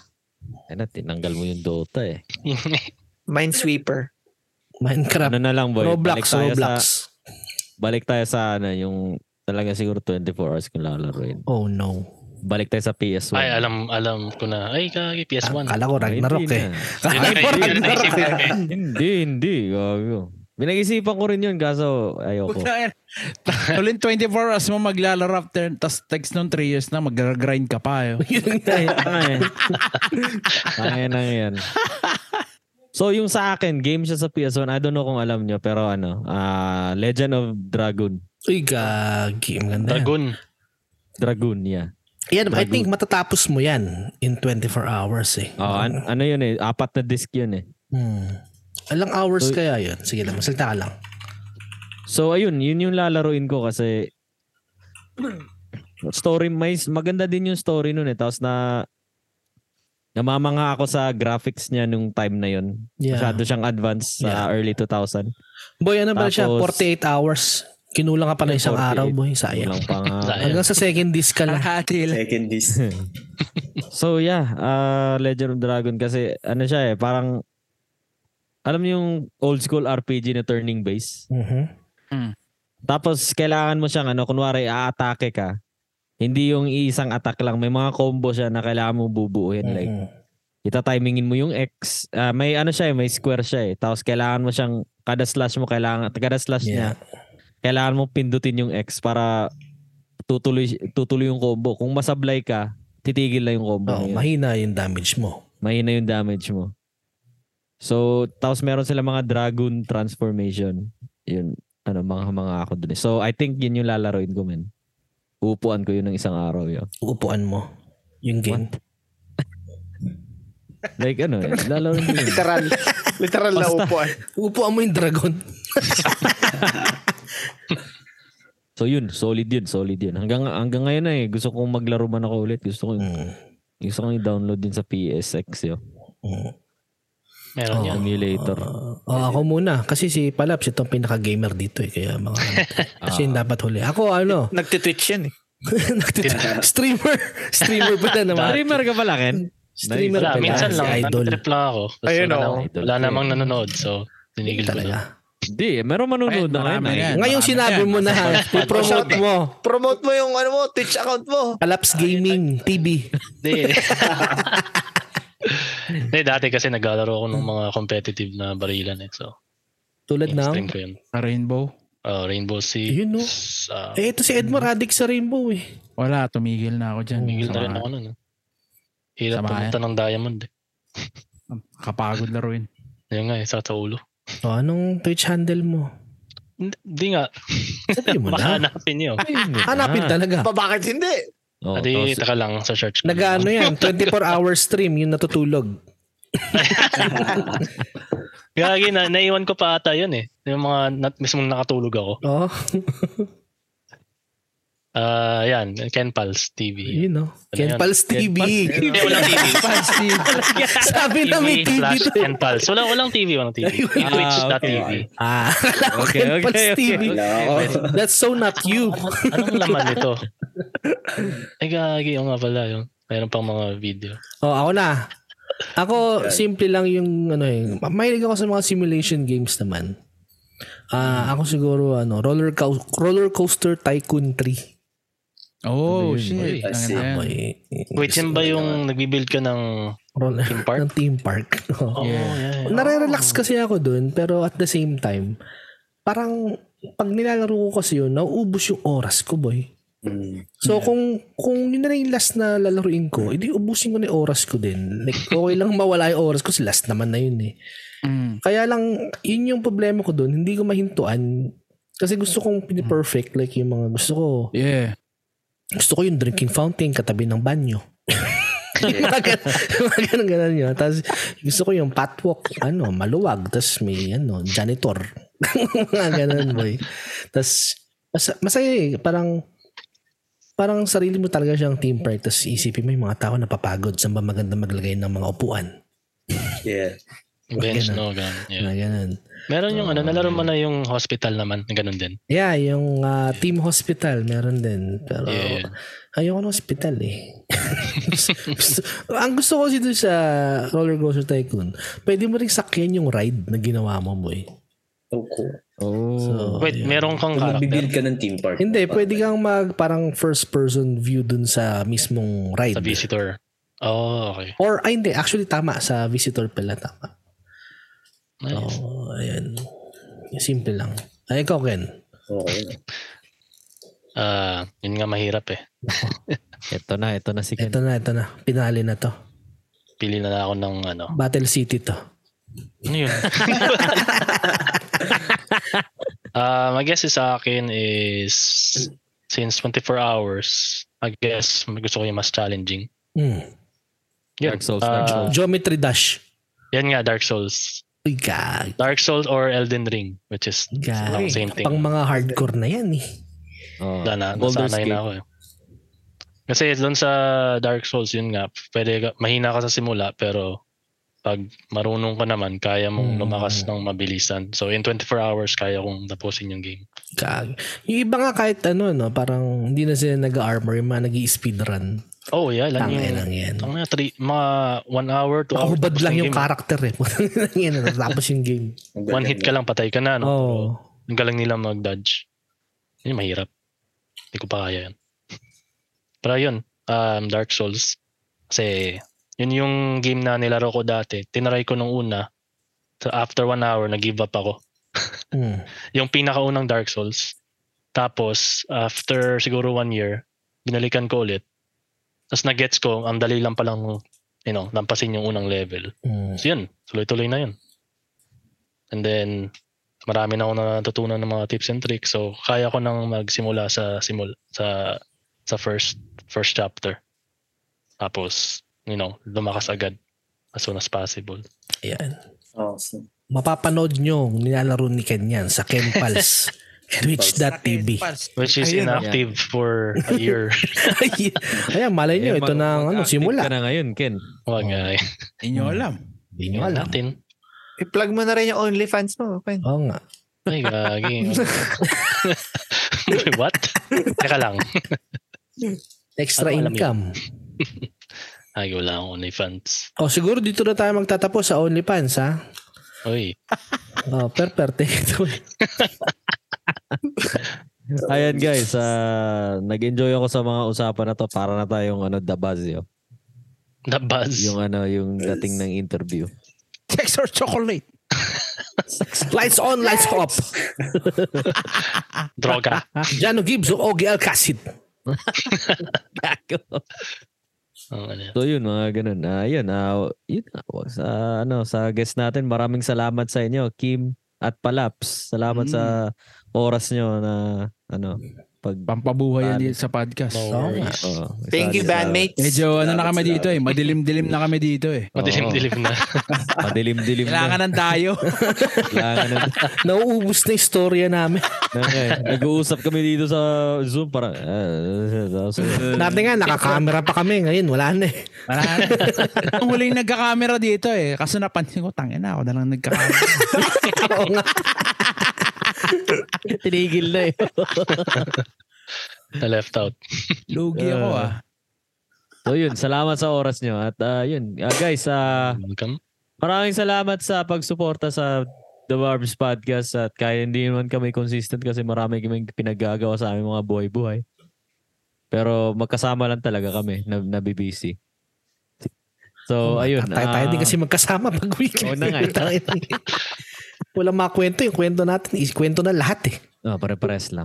Speaker 1: Ay, na, tinanggal mo yung Dota eh.
Speaker 4: Minesweeper.
Speaker 3: Minecraft.
Speaker 1: Ano na lang, boy?
Speaker 3: Roblox,
Speaker 1: balik tayo
Speaker 3: Roblox.
Speaker 1: Sa, balik tayo sa ano, yung talaga siguro 24 hours kung lalaroin.
Speaker 3: Oh no.
Speaker 1: Balik tayo sa PS1.
Speaker 6: Ay, alam alam ko na. Ay, kagi PS1.
Speaker 3: Akala ko
Speaker 1: Ay,
Speaker 3: Ragnarok
Speaker 1: hindi
Speaker 3: eh.
Speaker 1: na.
Speaker 3: Akala ko
Speaker 6: Yun na- yun na
Speaker 3: Ragnarok
Speaker 6: naisip
Speaker 3: eh.
Speaker 6: ko eh.
Speaker 1: hindi, hindi. Gago. Binag-isipan ko rin yun, kaso ayoko.
Speaker 5: Tulin 24 hours mo maglalaro after, tas text nung 3 years na mag-grind ka pa yo.
Speaker 1: Yun nga eh, tanga eh. Tanga na yan. So yung sa akin, game siya sa PS1. I don't know kung alam nyo, pero ano, ah, Legend of Dragon.
Speaker 3: Uy, gagi. Ang ganda yan.
Speaker 6: Dragon.
Speaker 1: Dragon, yeah.
Speaker 3: Yan, I think matatapos mo yan in 24 hours eh.
Speaker 1: Oh, an- ano yun eh, apat na disc yun eh.
Speaker 3: Hmm. Alang hours
Speaker 1: So-
Speaker 3: kaya yun? Sige lang, masalita ka lang.
Speaker 1: So ayun, yun yung lalaroin ko kasi story may maganda din yung story nun eh. Tapos na namamanga ako sa graphics niya nung time na yun.
Speaker 3: Yeah.
Speaker 1: Masyado siyang advanced sa early 2000.
Speaker 3: Boy, ano ba siya?
Speaker 1: Tapos-
Speaker 3: 48 hours. Kinulang ka pa na isang
Speaker 1: 48.
Speaker 3: araw, boy. Sayang.
Speaker 1: Walang pang
Speaker 3: Hanggang sa second disc ka lang.
Speaker 5: Lahatil.
Speaker 2: Second disc.
Speaker 1: So yeah, uh, Legend of Dragon kasi ano siya eh, parang alam niyo yung old school RPG na turning base.
Speaker 3: Mhm.
Speaker 5: Mm.
Speaker 1: Tapos kailangan mo siyang ano, kunwari aatake ka. Hindi yung isang attack lang, may mga combo siya na kailangan mo bubuuin like
Speaker 3: Mm.
Speaker 1: itatimingin mo yung X. ah, may ano siya eh, may square siya eh. Tapos kailangan mo siyang, kada slash mo kailangan, kada slash niya,
Speaker 3: Yeah.
Speaker 1: kailangan mo pindutin yung X para tutuloy, tutuloy yung combo. Kung masablay ka, titigil na yung combo.
Speaker 3: Oo,
Speaker 1: na yun.
Speaker 3: Oh, mahina yung damage mo.
Speaker 1: Mahina yung damage mo. So, tapos meron sila mga dragon transformation. Yun, ano, mga mga ako dun. eh. So, I think yun yung lalaroin ko, men. Upuan ko yun ng isang araw yun.
Speaker 3: Uupuan mo. Yung game.
Speaker 1: Like ano, eh, lalaroin ko yun.
Speaker 4: Literal. Literal na
Speaker 1: Basta.
Speaker 4: upuan.
Speaker 3: Uupuan mo yung dragon.
Speaker 1: So yun, solid yun, solid yun. Hanggang hanggang ngayon na eh, gusto kong maglaro man ako ulit. Gusto kong
Speaker 3: Mm.
Speaker 1: gusto kong i-download din sa PSX yo.
Speaker 3: Mm.
Speaker 6: Meron
Speaker 3: Oo.
Speaker 6: yan.
Speaker 1: Emulator.
Speaker 3: Ah, ah, Oh. ako muna. Kasi si Palaps, ito ang pinaka-gamer dito eh. Kaya mga... kasi
Speaker 1: Ah.
Speaker 3: yun dapat huli. Ako ano,
Speaker 4: Nagtitwitch yan eh.
Speaker 3: nagtitry- streamer. Streamer pala naman.
Speaker 1: Streamer ka pala, Ken?
Speaker 3: Streamer
Speaker 1: Wala,
Speaker 6: Wala,
Speaker 3: pala.
Speaker 6: minsan
Speaker 3: si
Speaker 6: lang.
Speaker 3: Idol.
Speaker 6: Nag-trip lang ako. Tapos
Speaker 4: Ayun,
Speaker 6: wala,
Speaker 4: oo.
Speaker 6: wala namang nanonood. So, tinigil ko
Speaker 3: Talaga.
Speaker 6: na.
Speaker 1: Hindi, meron manunood na ngayon.
Speaker 5: Marami
Speaker 1: Ay,
Speaker 5: yan.
Speaker 3: Ngayong
Speaker 6: ano
Speaker 5: Marami
Speaker 3: sinabi
Speaker 5: yan.
Speaker 3: mo na, i-promote mo.
Speaker 4: Promote mo yung ano mo, Twitch account mo.
Speaker 3: Palaps Gaming TV.
Speaker 6: Hindi. Hindi, dati kasi naglalaro ako ng mga competitive na barilan eh. So,
Speaker 3: Tulad
Speaker 6: stream
Speaker 3: ng...
Speaker 6: ko yun.
Speaker 5: Sa Rainbow.
Speaker 6: Uh, Rainbow Six.
Speaker 3: Ayun, no?
Speaker 6: ah,
Speaker 3: Eh, ito si Edmar Addict sa Rainbow eh.
Speaker 5: Wala, tumigil na ako dyan.
Speaker 6: Tumigil na
Speaker 5: Sama-
Speaker 6: rin ako nun. ah. Hirap
Speaker 5: Samahan.
Speaker 6: pumunta ng diamond eh.
Speaker 5: Kapagod laruin.
Speaker 6: Ayun nga, isa sa ulo.
Speaker 3: O, Oh, anong Twitch handle mo?
Speaker 6: Hindi hindi nga,
Speaker 3: Sabi mo
Speaker 6: baka Ah.
Speaker 3: na.
Speaker 6: hanapin niyo.
Speaker 3: Hanapin talaga.
Speaker 4: Pa bakit hindi?
Speaker 1: Oh,
Speaker 6: Adi, taka lang sa church. ko.
Speaker 3: Nag-ano yan, 24-hour stream, yung natutulog.
Speaker 6: Gagi, na, naiwan ko pa ata yun eh. Yung mga nat, mismong nakatulog ako.
Speaker 3: Oh,
Speaker 6: Ah, yan, Ken Pals TV.
Speaker 3: you know.
Speaker 6: Ano
Speaker 3: Ken
Speaker 6: yan?
Speaker 3: Pals TV.
Speaker 6: Hindi, walang TV.
Speaker 3: Sabi na may TV.
Speaker 6: slash
Speaker 3: to eh.
Speaker 6: Ken Pals. Wala, walang TV, walang TV.
Speaker 1: Ah,
Speaker 6: Twitch.tv.
Speaker 1: okay.
Speaker 3: Ah, akala ko
Speaker 1: Okay,
Speaker 3: Ken
Speaker 1: okay,
Speaker 3: Pals
Speaker 1: okay.
Speaker 3: TV.
Speaker 2: Wala ako.
Speaker 3: That's so not you.
Speaker 6: Anong laman nito? Ay, gagi, yun nga pala yun. Meron pang mga video.
Speaker 3: Oh, ako na. Ako, simple lang yung ano eh. Mahilig ako sa mga simulation games naman. Ah, ako siguro ano, roller, co- roller coaster Tycoon 3.
Speaker 5: Oh,
Speaker 1: Ano yun?
Speaker 2: I
Speaker 5: shit. Ang
Speaker 2: see.
Speaker 5: ganda yan.
Speaker 3: Boy, eh,
Speaker 6: Wait, yan ba yung nagbibuild ka ng
Speaker 3: roller
Speaker 6: theme park?
Speaker 3: ng theme park. Oo.
Speaker 6: Oh, yeah.
Speaker 3: Nare-relax kasi ako dun, pero at the same time, parang pag nilalaro ko kasi yun, nauubos yung oras ko, boy.
Speaker 2: Mm.
Speaker 3: So kung kung yun na lang yung last na lalaruin ko, edi ubusin ko na yung oras ko din. Like okay lang mawala yung oras ko, kasi last naman na yun eh.
Speaker 5: Mm.
Speaker 3: Kaya lang yun yung problema ko dun, hindi ko mahintuan kasi gusto kong perfect like yung mga gusto ko.
Speaker 5: Yeah.
Speaker 3: Gusto ko yung drinking fountain katabi ng banyo. Yung mga gan- yung mga ganun ganun yun. Tapos gusto ko yung patwalk, ano, maluwag. Tapos may, ano, janitor. mga ganun, boy. Tapos, mas- masaya eh. Parang, parang sarili mo talaga siyang team park. Tapos isipin mo yung mga tao napapagod. Saan ba maganda maglagay ng mga upuan?
Speaker 2: Yeah.
Speaker 6: Bench,
Speaker 3: Ganun.
Speaker 6: no? Ganun. Yeah.
Speaker 3: Mga ganun.
Speaker 6: Meron yung ano, nalaro mo na yung hospital naman. Ganun din.
Speaker 3: Yeah, yung ah, team hospital meron din. Pero
Speaker 6: Yeah, yeah.
Speaker 3: ayoko ng hospital eh. Gusto- ang gusto ko kasi doon sa Roller Coaster Tycoon, pwede mo rin sakyan yung ride na ginawa mo, boy.
Speaker 2: Oh, cool.
Speaker 1: Oh.
Speaker 3: So,
Speaker 6: Wait,
Speaker 3: yun.
Speaker 6: meron kang character
Speaker 2: Magbibuild ka ng theme park.
Speaker 3: Hindi, pwede kang mag parang first person view dun sa mismong ride.
Speaker 6: sa visitor. Oh, okay.
Speaker 3: Or, ay hindi, actually tama, sa visitor pala tama.
Speaker 6: Nice.
Speaker 3: Oo, ayan. Simple lang. Ay, ikaw, Ken.
Speaker 2: Okay.
Speaker 6: Ah, yun nga mahirap eh.
Speaker 1: Ito na, ito na si Ken.
Speaker 3: Ito na, ito na. Pinali na to.
Speaker 6: Pili na ako ng ano.
Speaker 3: Battle City to.
Speaker 6: Ano yun? Ah, my guess is sa akin is since 24 hours, I guess gusto ko yung mas challenging.
Speaker 3: Mm.
Speaker 6: Yun.
Speaker 1: Dark Souls,
Speaker 6: Ah,
Speaker 1: Dark Souls.
Speaker 3: Geometry Dash.
Speaker 6: yan nga, Dark Souls.
Speaker 3: Uy, gag.
Speaker 6: Dark Souls or Elden Ring, which is
Speaker 3: Gary,
Speaker 6: Parang same thing.
Speaker 3: pang mga hardcore na yan eh.
Speaker 1: Oh.
Speaker 6: Wala na,
Speaker 1: Baldur's
Speaker 6: nasanay
Speaker 1: Gate.
Speaker 6: na ako eh. Kasi doon sa Dark Souls, yun nga, pwede ka, mahina ka sa simula, pero pag marunong ka naman, kaya mong
Speaker 3: Hmm.
Speaker 6: lumakas ng mabilisan. So in 24 hours, kaya kong tapusin yung game.
Speaker 3: Gag. Yung iba nga kahit ano, no, parang hindi na sila nag-armor, yung mga nag speedrun
Speaker 6: Oh yeah, lang
Speaker 3: Tangay
Speaker 6: yung...
Speaker 3: lang yan.
Speaker 6: Ang na, three, mga 1 hour, 2 hours.
Speaker 3: Nakubad
Speaker 6: tapos
Speaker 3: lang yung
Speaker 6: game.
Speaker 3: character eh. Putang ina, yan, natapos yung game.
Speaker 2: Ang ganda
Speaker 6: Ano, One hit ka lang, patay ka na. No?
Speaker 3: Oo. Oh.
Speaker 6: Ang galing nila mag-dodge. Yun, mahirap. Hindi ko pa kaya yun. Pero yun, um, Dark Souls. Kasi yun yung game na nilaro ko dati. Tinry ko nung una. So after one hour, nag-give up ako.
Speaker 3: Mm.
Speaker 6: Yung pinakaunang Dark Souls. Tapos, after siguro one year, binalikan ko ulit. Tapos nag-gets ko, ang dali lang palang, you know, lampasin yung unang level.
Speaker 3: Mm.
Speaker 6: So yun, tuloy-tuloy na yun. And then, marami na ako natutunan ng mga tips and tricks. So, kaya ko nang magsimula sa simula, sa sa first first chapter. Tapos, you know, lumakas agad as soon as possible.
Speaker 3: Ayan.
Speaker 2: Awesome.
Speaker 3: Mapapanood nyo ang nilalaro ni Ken yan sa Kenpals. Twitch.tv.
Speaker 6: Which is
Speaker 4: Ayun,
Speaker 6: inactive for a year.
Speaker 3: Ayan, malay nyo.
Speaker 1: Eh,
Speaker 3: Ito
Speaker 1: mag-
Speaker 3: na ang ano,
Speaker 1: mag-active
Speaker 3: simula.
Speaker 1: ka na ngayon, Ken.
Speaker 6: Wag nga. eh.
Speaker 5: Inyo alam.
Speaker 3: Hindi nyo alam.
Speaker 6: Natin.
Speaker 4: I-plug mo na rin yung OnlyFans mo. Ken.
Speaker 3: Oo nga.
Speaker 6: Ay, gagi. What? Teka lang.
Speaker 3: Extra
Speaker 6: Ano alam
Speaker 3: income.
Speaker 6: Ay, wala akong OnlyFans.
Speaker 3: O Oh, siguro dito na tayo magtatapos sa OnlyFans ha.
Speaker 6: Uy,
Speaker 3: Oh, per per take it away.
Speaker 1: Ayan guys, ah, nag-enjoy ako sa mga usapan na to para na tayong ano, dabazyo.
Speaker 6: the buzz.
Speaker 1: Yung ano, yung dating ng interview.
Speaker 5: Sex or chocolate.
Speaker 3: Lights on, lights off.
Speaker 6: Droga.
Speaker 3: Jano Gibbs o Ogie Alcacid.
Speaker 6: Ang ano yan.
Speaker 1: So yun, mga ganun. Ah, yun, ah, yun nga, wag sa, ano, sa guest natin, maraming salamat sa inyo, Kim at Palaps. Salamat
Speaker 5: Mm.
Speaker 1: sa oras nyo na, ano, pag...
Speaker 5: Pampabuhay yan dito sa podcast.
Speaker 6: No
Speaker 3: Oo nga.
Speaker 6: worries.
Speaker 1: Oo, isa-
Speaker 4: Thank you,
Speaker 1: isa-
Speaker 4: bandmates.
Speaker 5: Medyo ano na
Speaker 2: Salamat,
Speaker 5: kami
Speaker 2: salamat.
Speaker 5: dito eh. Madilim-dilim na kami dito eh.
Speaker 6: Madilim-dilim na.
Speaker 1: Madilim-dilim na.
Speaker 5: Kailangan ng tayo.
Speaker 1: Kailangan na.
Speaker 3: Nauubos na yung storya namin.
Speaker 1: Na- eh, Nag-uusap kami dito sa Zoom, parang... ah, so-
Speaker 3: Dati nga, nakakamera pa kami. Ngayon, wala na eh.
Speaker 5: Marami. Ang huling nagkakamera dito eh. Kaso napansin ko, tangin na ako na lang nagkakamera.
Speaker 3: Oo nga.
Speaker 1: Tinigil na eh.
Speaker 6: na left out.
Speaker 5: Lugi ako ah.
Speaker 1: so yun, salamat sa oras nyo. At ah, yun, Ah, guys, ah,
Speaker 6: Welcome.
Speaker 1: maraming salamat sa pagsuporta sa The Barbs Podcast at kaya hindi naman kami consistent kasi marami kami pinagagawa sa aming mga buhay-buhay. Pero magkasama lang talaga kami, na, nabibisi.
Speaker 3: Oh
Speaker 1: So, ayun.
Speaker 3: Tayo, tayo
Speaker 1: ah,
Speaker 3: din kasi magkasama pag weekend.
Speaker 1: Oo na nga eh.
Speaker 3: Tangin. Walang makwento yung kwento natin. Ikwento na lahat eh.
Speaker 1: Ah, pare-pares lang.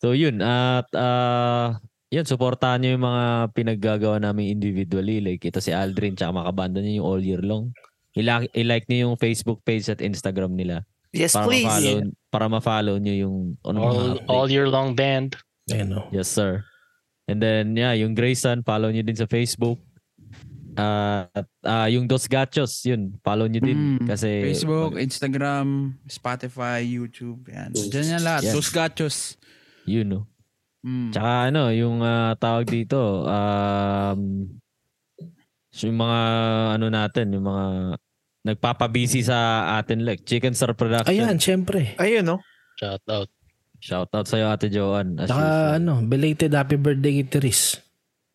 Speaker 1: so yun at ah yun suportahan niyo yung mga pinaggagawa namin individually like ito si Aldrin tsaka makabanda niyo yung all year long. Ila- I-like niyo yung Facebook page at Instagram nila
Speaker 4: Yes,
Speaker 1: para
Speaker 4: please.
Speaker 1: ma-follow para ma-follow niyo yung ano mga
Speaker 6: All,
Speaker 1: update.
Speaker 6: all year long band.
Speaker 3: Ayun o.
Speaker 1: Yes, sir. And then, yeah, yung Grayson, follow nyo din sa Facebook. Ah, at ah, yung Dos Gachos, yun, follow nyo din.
Speaker 4: Hmm.
Speaker 5: Mm,
Speaker 1: kasi
Speaker 5: Facebook, Instagram, Spotify, YouTube. Yan.
Speaker 2: Yes.
Speaker 5: Diyan yan lahat.
Speaker 1: Yes.
Speaker 5: Dos gachos.
Speaker 1: Yun, no?
Speaker 5: Mm.
Speaker 1: Tsaka ano, yung ah, tawag dito, um, yung mga ano natin, yung mga nagpapabisi sa atin like Chicken Star Production.
Speaker 3: Ayan, syempre.
Speaker 4: Ayun, no?
Speaker 6: Shout out.
Speaker 1: Shout out sa'yo Ate Joan. As
Speaker 3: Tsaka
Speaker 1: usual.
Speaker 3: ano, belated happy birthday kay Therese.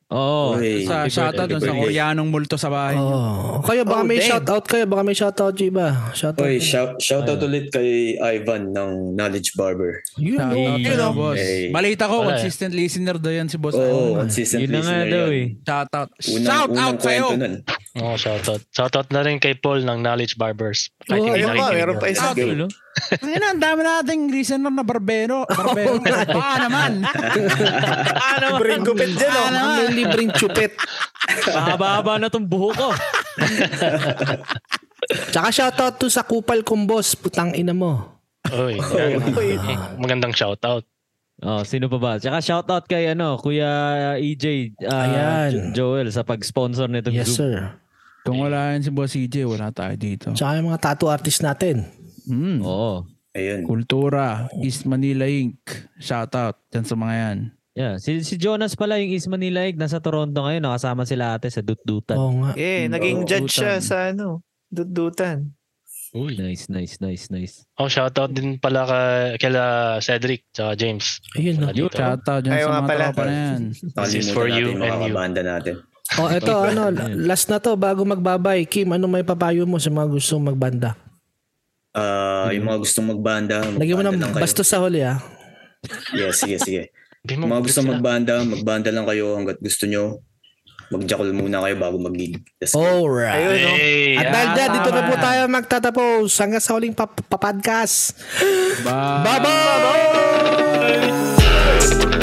Speaker 1: Oo.
Speaker 2: Uy.
Speaker 5: Sa
Speaker 1: Happy
Speaker 5: shoutout
Speaker 1: birthday,
Speaker 5: dun sa
Speaker 2: happy birthday.
Speaker 5: Koreanong multo sa bahay.
Speaker 3: Oh, kayo baka
Speaker 4: Oh,
Speaker 3: may
Speaker 4: damn.
Speaker 3: shout out kayo, baka may shout out yung iba. Shout out.
Speaker 2: Oy, shout, shout out ulit kay Ivan ng Knowledge Barber.
Speaker 3: you
Speaker 5: Shoutout
Speaker 3: know.
Speaker 5: sa'yo,
Speaker 1: Yun, oh.
Speaker 5: boss.
Speaker 2: Hey.
Speaker 5: Balita ko,
Speaker 6: Wala eh.
Speaker 5: consistent listener daw yan si boss.
Speaker 2: Oo, oh,
Speaker 5: Ayun.
Speaker 2: consistent
Speaker 1: Yun na nga
Speaker 2: listener
Speaker 1: daw
Speaker 2: yun.
Speaker 1: eh.
Speaker 5: Shoutout.
Speaker 2: Unang,
Speaker 5: Shout
Speaker 2: unang
Speaker 5: out sa'yo.
Speaker 2: kwento nun.
Speaker 6: Oh, shout out. Shout out na rin kay Paul ng Knowledge Barbers.
Speaker 3: Oh,
Speaker 6: I think
Speaker 4: Ayun pa,
Speaker 6: nakikinig
Speaker 4: meron pa
Speaker 6: yun.
Speaker 4: isa.
Speaker 5: Out. Ayun na, ang dami nating listener na barbero. Barbero. Baka naman.
Speaker 4: Ah, Libreng gupit dyan,
Speaker 5: Ah,
Speaker 4: no?
Speaker 5: naman.
Speaker 3: Ano yung libreng chupet?
Speaker 1: Mahaba-haba na tong buho ko.
Speaker 3: Tsaka shout out to sa kupal kong boss, putang ina mo.
Speaker 6: Uy,
Speaker 4: eh.
Speaker 6: magandang- magandang shout out.
Speaker 1: Oh, sino pa ba? Tsaka shout out kay ano, Kuya EJ ah,
Speaker 3: Ayan.
Speaker 1: Jo- Joel sa pag-sponsor nitong
Speaker 3: Yes
Speaker 1: Zoom.
Speaker 3: sir.
Speaker 5: Kung wala yan si boss CJ, wala tayo dito.
Speaker 3: Tsaka yung mga tattoo artist natin.
Speaker 5: Mm.
Speaker 1: Oo.
Speaker 2: Ayun.
Speaker 5: Kultura, East Manila Inc. Shoutout dyan sa mga yan.
Speaker 1: Yeah, si si Jonas pala yung East Manila Egg nasa Toronto ngayon, nakasama sila ate sa Dutdutan.
Speaker 3: Oo nga.
Speaker 4: Yeah,
Speaker 2: Oo,
Speaker 4: naging judge
Speaker 1: dutan.
Speaker 4: siya sa ano, dudutan.
Speaker 6: Uy.
Speaker 1: Nice, nice, nice, nice.
Speaker 6: Oh, shout out din pala kay kila Cedric at James.
Speaker 3: Ayun no.
Speaker 6: Saka dito.
Speaker 5: Shoutout dyan
Speaker 4: Ayaw
Speaker 5: sa
Speaker 4: nga
Speaker 5: mga
Speaker 4: pala.
Speaker 5: tropa na yan.
Speaker 6: This is
Speaker 2: Nakalimutan
Speaker 6: for you
Speaker 2: natin yung mga
Speaker 6: and you.
Speaker 2: kabanda natin.
Speaker 3: Oh, eto ano, last na to bago magbabay. Kim, ano may papayo mo sa mga gusto magbanda?
Speaker 2: Ah, yung mga gustong magbanda,
Speaker 3: Lagyan mo
Speaker 2: magbanda
Speaker 3: ng
Speaker 2: lang kayo.
Speaker 3: bastos sa huli ah.
Speaker 2: Yes, sige, sige.
Speaker 6: Sabi mo, ah.
Speaker 2: Mga gusto
Speaker 6: sila.
Speaker 2: magbanda, magbanda lang kayo hanggat gusto nyo. Magjakol muna kayo bago mag-gig. That's it.
Speaker 3: Alright.
Speaker 4: Ayun, no?
Speaker 6: Hey,
Speaker 3: At dahil
Speaker 5: Yeah,
Speaker 3: dyan, dito na
Speaker 5: tama.
Speaker 3: po tayo magtatapos hanggang sa huling pap- papadcast.
Speaker 5: Bye!
Speaker 3: Bye-bye!
Speaker 6: ah.